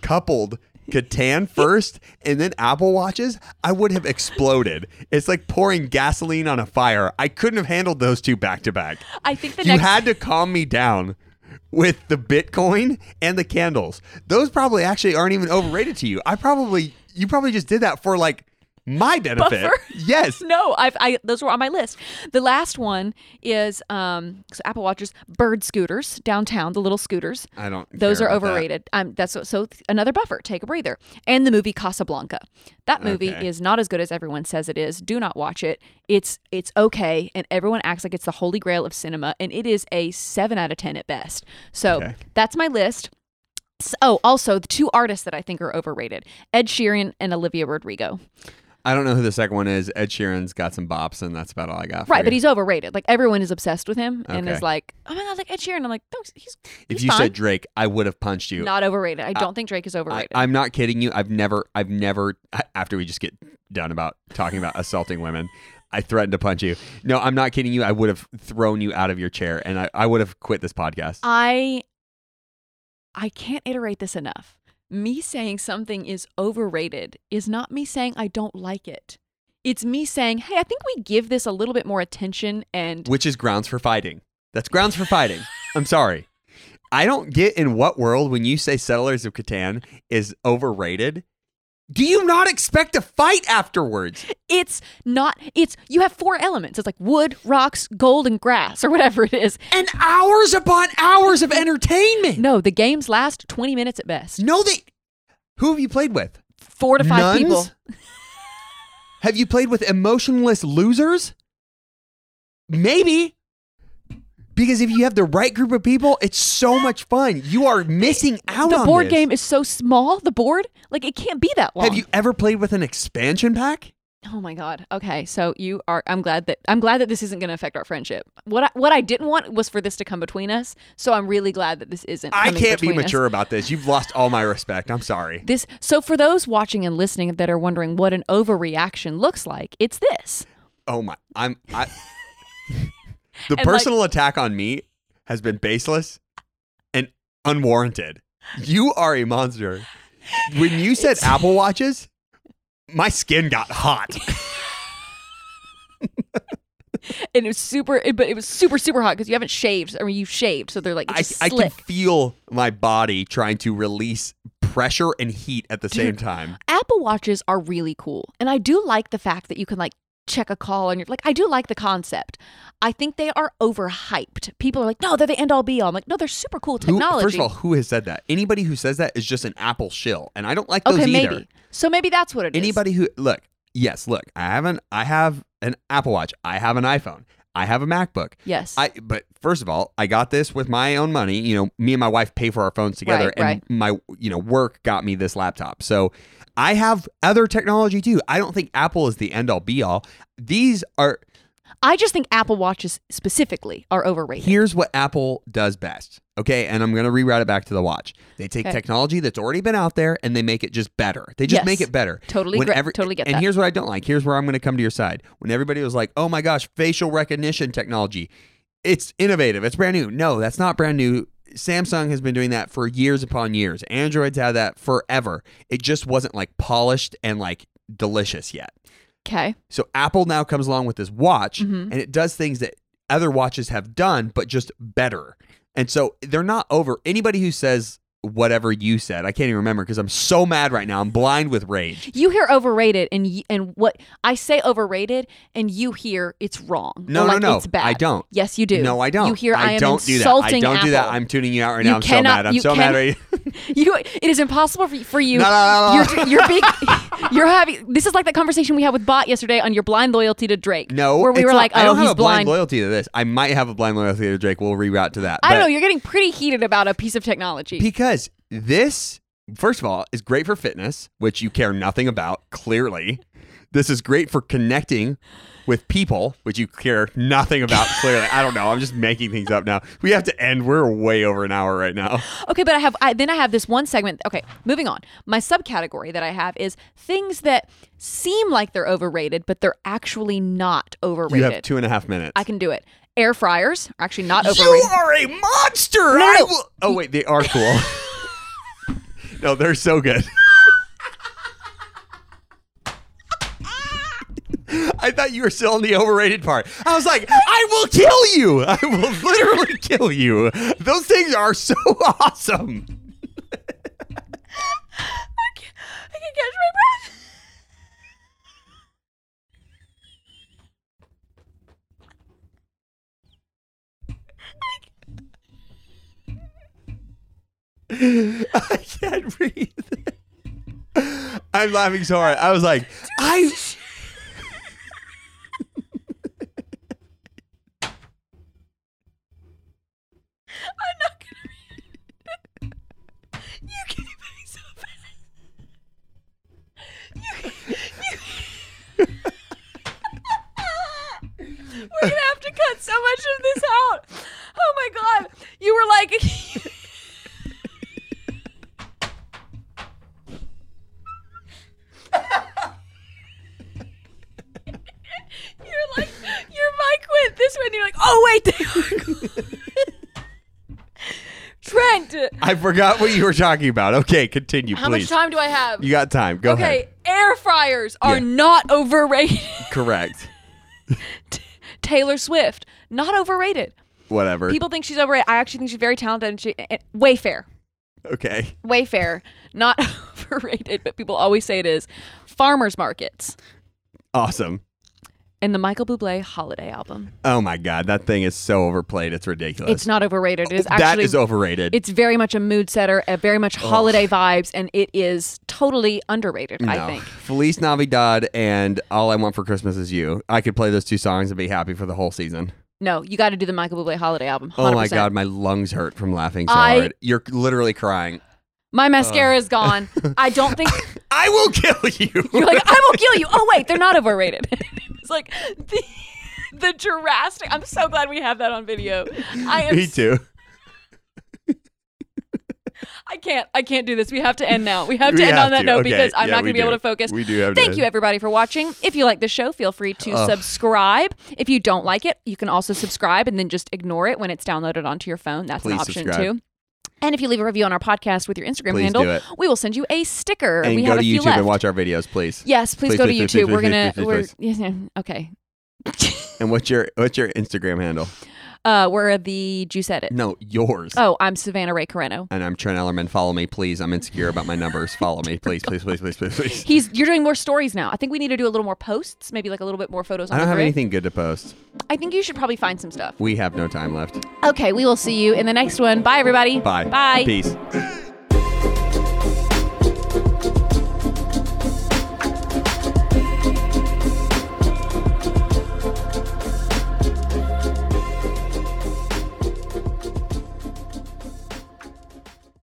[SPEAKER 1] coupled Catan first and then Apple Watches, I would have exploded. It's like pouring gasoline on a fire. I couldn't have handled those two back to back.
[SPEAKER 2] I think the
[SPEAKER 1] You
[SPEAKER 2] next
[SPEAKER 1] had to calm me down with the Bitcoin and the candles. Those probably actually aren't even overrated to you. I probably you probably just did that for like my benefit.
[SPEAKER 2] Buffer.
[SPEAKER 1] Yes.
[SPEAKER 2] No, I've, I those were on my list. The last one is um, so Apple Watches, bird scooters downtown, the little scooters.
[SPEAKER 1] I don't
[SPEAKER 2] Those
[SPEAKER 1] care
[SPEAKER 2] are
[SPEAKER 1] about that.
[SPEAKER 2] overrated. Um, that's so- so th- another buffer. Take a breather. And the movie Casablanca. That movie
[SPEAKER 1] Okay.
[SPEAKER 2] is not as good as everyone says it is. Do not watch it. It's it's okay, and everyone acts like it's the holy grail of cinema, and it is a seven out of ten at best. So
[SPEAKER 1] Okay.
[SPEAKER 2] that's my list. S- Oh, also the two artists that I think are overrated: Ed Sheeran and Olivia Rodrigo.
[SPEAKER 1] I don't know who the second one is. Ed Sheeran's got some bops, and that's about all I got. For
[SPEAKER 2] Right, but
[SPEAKER 1] you.
[SPEAKER 2] he's overrated. Like everyone is obsessed with him and is
[SPEAKER 1] Okay.
[SPEAKER 2] like, oh my god, like Ed Sheeran. I'm like, "No, he's, he's
[SPEAKER 1] if you
[SPEAKER 2] fine.
[SPEAKER 1] said Drake, I would have punched you.
[SPEAKER 2] not overrated. I don't think Drake is
[SPEAKER 1] I,
[SPEAKER 2] overrated.
[SPEAKER 1] I'm not kidding you. I've never, I've never. a- After we just get done about talking about assaulting women, I threatened to punch you. No, I'm not kidding you. I would have thrown you out of your chair, and I, I would have quit this podcast.
[SPEAKER 2] I I can't iterate this enough. Me saying something is overrated is not me saying I don't like it. It's me saying, hey, I think we give this a little bit more attention and
[SPEAKER 1] which is grounds for fighting. That's grounds for fighting. I'm sorry. I don't get in what world when you say Settlers of Catan is overrated. Do you not expect to fight afterwards?
[SPEAKER 2] it's not it's you have four elements. It's like wood, rocks, gold, and grass or whatever it is.
[SPEAKER 1] And hours upon hours of entertainment.
[SPEAKER 2] No, the games last twenty minutes at best.
[SPEAKER 1] No, they. Who have you played with?
[SPEAKER 2] Four to
[SPEAKER 1] Nuns?
[SPEAKER 2] five people.
[SPEAKER 1] Have you played with emotionless losers? Maybe. Because if you have the right group of people, it's so much fun. You are missing out
[SPEAKER 2] the
[SPEAKER 1] on
[SPEAKER 2] board
[SPEAKER 1] this.
[SPEAKER 2] game is so small. The board, like it can't be that long.
[SPEAKER 1] Have you ever played with an expansion pack?
[SPEAKER 2] Oh my god. Okay, so you are. I'm glad that I'm glad that this isn't going to affect our friendship. What I, what I didn't want was for this to come between us. So I'm really glad that this isn't.
[SPEAKER 1] I
[SPEAKER 2] coming
[SPEAKER 1] can't be
[SPEAKER 2] between us.
[SPEAKER 1] mature about this. You've lost all my respect. I'm sorry.
[SPEAKER 2] This. So for those watching and listening that are wondering what an overreaction looks like, it's this.
[SPEAKER 1] Oh my. I'm I The
[SPEAKER 2] like-
[SPEAKER 1] personal attack on me has been baseless and unwarranted. You are a monster. When you said Apple Watches, my skin got hot.
[SPEAKER 2] And it was super. It, but it was super super hot because you haven't shaved. I mean, you've shaved, so they're like
[SPEAKER 1] I,
[SPEAKER 2] it's
[SPEAKER 1] I can
[SPEAKER 2] slick.
[SPEAKER 1] feel my body trying to release pressure and heat at the same time.
[SPEAKER 2] Apple Watches are really cool. And I do like the fact that you can like check a call on your like I do like the concept. I think they are overhyped. People are like, no, they're the end all be all. I'm like, no, they're super cool
[SPEAKER 1] Who-
[SPEAKER 2] technology.
[SPEAKER 1] first of all, who has said that? Anybody who says that is just an Apple shill, and I don't like those
[SPEAKER 2] okay,
[SPEAKER 1] either.
[SPEAKER 2] maybe. So maybe that's what it is.
[SPEAKER 1] Anybody who look, yes, look, I have an I have an Apple Watch, I have an iPhone, I have a MacBook.
[SPEAKER 2] Yes.
[SPEAKER 1] I but first of all, I got this with my own money. You know, me and my wife pay for our phones together,
[SPEAKER 2] Right,
[SPEAKER 1] and
[SPEAKER 2] right.
[SPEAKER 1] my you know work got me this laptop. So I have other technology too. I don't think Apple is the end all be all. These are
[SPEAKER 2] I just think Apple Watches specifically are overrated.
[SPEAKER 1] here's what Apple does best. Okay, and I'm gonna reroute it back to the watch. They take
[SPEAKER 2] Okay.
[SPEAKER 1] technology that's already been out there and they make it just better. They just
[SPEAKER 2] Yes.
[SPEAKER 1] make it better.
[SPEAKER 2] Totally
[SPEAKER 1] When
[SPEAKER 2] gra-
[SPEAKER 1] every-
[SPEAKER 2] totally get
[SPEAKER 1] And
[SPEAKER 2] that.
[SPEAKER 1] here's what I don't like. Here's where I'm gonna come to your side. When everybody was like, "Oh my gosh, facial recognition technology, it's innovative. It's brand new." No, that's not brand new. Samsung has been doing that for years upon years. Androids had that forever. It just wasn't like polished and like delicious yet.
[SPEAKER 2] Okay.
[SPEAKER 1] So Apple now comes along with this watch
[SPEAKER 2] Mm-hmm.
[SPEAKER 1] and it does things that other watches have done, but just better. And so they're not over. Anybody who says whatever you said, I can't even remember because I'm so mad right now. I'm blind with rage.
[SPEAKER 2] You hear overrated, and y- and what I say overrated, and you hear it's wrong. or
[SPEAKER 1] No, no,
[SPEAKER 2] like,
[SPEAKER 1] no,
[SPEAKER 2] It's bad.
[SPEAKER 1] I don't.
[SPEAKER 2] Yes, you do.
[SPEAKER 1] No, I don't.
[SPEAKER 2] You hear I, am
[SPEAKER 1] don't do that. I
[SPEAKER 2] insulting
[SPEAKER 1] don't do that.
[SPEAKER 2] Apple.
[SPEAKER 1] I'm tuning you out right
[SPEAKER 2] You
[SPEAKER 1] now. I'm
[SPEAKER 2] cannot-
[SPEAKER 1] so mad. I'm
[SPEAKER 2] you
[SPEAKER 1] so
[SPEAKER 2] can-
[SPEAKER 1] mad right
[SPEAKER 2] You. It is impossible for you. For you
[SPEAKER 1] No, no, no, no.
[SPEAKER 2] You're, you're being. You're having. This is like that conversation we had with Bot yesterday on your blind loyalty to Drake.
[SPEAKER 1] No,
[SPEAKER 2] where we
[SPEAKER 1] it's
[SPEAKER 2] were
[SPEAKER 1] not-
[SPEAKER 2] like, oh,
[SPEAKER 1] I don't
[SPEAKER 2] he's
[SPEAKER 1] have a
[SPEAKER 2] blind.
[SPEAKER 1] blind. loyalty to this. I might have a blind loyalty to Drake. We'll reroute to that.
[SPEAKER 2] I don't
[SPEAKER 1] But-
[SPEAKER 2] know. You're getting pretty heated about a piece of technology.
[SPEAKER 1] because this, first of all, is great for fitness, which you care nothing about clearly. This is great for connecting with people, which you care nothing about clearly. I don't know. I'm just making things up now. We have to end. We're way over an hour right now.
[SPEAKER 2] Okay, but I have I, then I have this one segment. Okay, moving on. My subcategory that I have is things that seem like they're overrated, but they're actually not
[SPEAKER 1] You
[SPEAKER 2] overrated.
[SPEAKER 1] have two and a half minutes.
[SPEAKER 2] I can do it. Air fryers are actually not
[SPEAKER 1] you
[SPEAKER 2] overrated.
[SPEAKER 1] are a monster.
[SPEAKER 2] no,
[SPEAKER 1] I
[SPEAKER 2] no.
[SPEAKER 1] will- oh wait, they are cool. no, they're so good. I thought you were still in the overrated part. I was like, I will kill you. I will literally kill you. Those things are so awesome.
[SPEAKER 2] I can catch my breath.
[SPEAKER 1] I can't breathe. I'm laughing so hard. I was like, I.
[SPEAKER 2] I'm not gonna. Be... You gave me so bad. You. you... We're gonna have to cut so much of this out. Oh my god! You were like. You're like, your mic went this way, and you're like, oh wait, they are cool." Trent,
[SPEAKER 1] I forgot what you were talking about. Okay, continue,
[SPEAKER 2] how
[SPEAKER 1] please.
[SPEAKER 2] much time do I have?
[SPEAKER 1] You got time. Go
[SPEAKER 2] okay,
[SPEAKER 1] ahead.
[SPEAKER 2] air fryers are
[SPEAKER 1] Yeah.
[SPEAKER 2] not overrated.
[SPEAKER 1] Correct.
[SPEAKER 2] Taylor Swift, not overrated.
[SPEAKER 1] Whatever.
[SPEAKER 2] People think she's overrated. I actually think she's very talented. And she, and Wayfair,
[SPEAKER 1] okay.
[SPEAKER 2] Wayfair, not overrated, but people always say it is. Farmers markets
[SPEAKER 1] Awesome.
[SPEAKER 2] and the Michael Bublé holiday album.
[SPEAKER 1] Oh my god, that thing is so overplayed. It's ridiculous.
[SPEAKER 2] It's not overrated. It is actually
[SPEAKER 1] Oh, that is overrated.
[SPEAKER 2] it's very much a mood setter, a very much holiday vibes, and it is totally underrated. I
[SPEAKER 1] No.
[SPEAKER 2] think.
[SPEAKER 1] Feliz Navidad and All I Want for Christmas Is You. I could play those two songs and be happy for the whole season.
[SPEAKER 2] No, you got to do the Michael Bublé holiday album. 100%.
[SPEAKER 1] Oh my god, my lungs hurt from laughing so
[SPEAKER 2] I-
[SPEAKER 1] hard. You're literally crying.
[SPEAKER 2] my mascara is gone. I don't think
[SPEAKER 1] I will kill you.
[SPEAKER 2] you're like I will kill you. Oh wait, they're not overrated. it's like the the Jurassic. I'm so glad we have that on video. I am.
[SPEAKER 1] Me too.
[SPEAKER 2] I can't. I can't do this. We have to end now. We have to
[SPEAKER 1] We
[SPEAKER 2] end
[SPEAKER 1] have
[SPEAKER 2] on that
[SPEAKER 1] to.
[SPEAKER 2] note
[SPEAKER 1] Okay.
[SPEAKER 2] because I'm
[SPEAKER 1] Yeah,
[SPEAKER 2] not going
[SPEAKER 1] we
[SPEAKER 2] to be able
[SPEAKER 1] do.
[SPEAKER 2] to focus.
[SPEAKER 1] We do have to
[SPEAKER 2] Thank
[SPEAKER 1] end.
[SPEAKER 2] you everybody for watching. If you like the show, feel free to subscribe. If you don't like it, you can also subscribe and then just ignore it when it's downloaded onto your phone. That's an
[SPEAKER 1] Please
[SPEAKER 2] option
[SPEAKER 1] subscribe.
[SPEAKER 2] too. And if you leave a review on our podcast with your Instagram
[SPEAKER 1] Please
[SPEAKER 2] handle,
[SPEAKER 1] do it.
[SPEAKER 2] we will send you a sticker.
[SPEAKER 1] And
[SPEAKER 2] we
[SPEAKER 1] go
[SPEAKER 2] have
[SPEAKER 1] to
[SPEAKER 2] a few
[SPEAKER 1] YouTube
[SPEAKER 2] left.
[SPEAKER 1] and watch our videos, please.
[SPEAKER 2] Yes, please,
[SPEAKER 1] Please,
[SPEAKER 2] go
[SPEAKER 1] please, please,
[SPEAKER 2] to YouTube.
[SPEAKER 1] please,
[SPEAKER 2] we're
[SPEAKER 1] please,
[SPEAKER 2] gonna.
[SPEAKER 1] please, please,
[SPEAKER 2] we're
[SPEAKER 1] please.
[SPEAKER 2] yeah, yeah, okay.
[SPEAKER 1] And what's your what's your Instagram handle?
[SPEAKER 2] Uh, we're the juice edit.
[SPEAKER 1] No, yours.
[SPEAKER 2] Oh, I'm Savannah Ray Coreno.
[SPEAKER 1] And I'm Trent Ellerman. Follow me, please. I'm insecure about my numbers. Follow me, please, please, please, please, please, please.
[SPEAKER 2] He's you're doing more stories now. I think we need to do a little more posts, maybe like a little bit more photos. On
[SPEAKER 1] I don't
[SPEAKER 2] the
[SPEAKER 1] have
[SPEAKER 2] grid.
[SPEAKER 1] anything good to post.
[SPEAKER 2] I think you should probably find some stuff.
[SPEAKER 1] We have no time left.
[SPEAKER 2] Okay, we will see you in the next one. Bye, everybody.
[SPEAKER 1] Bye.
[SPEAKER 2] Bye.
[SPEAKER 1] Peace.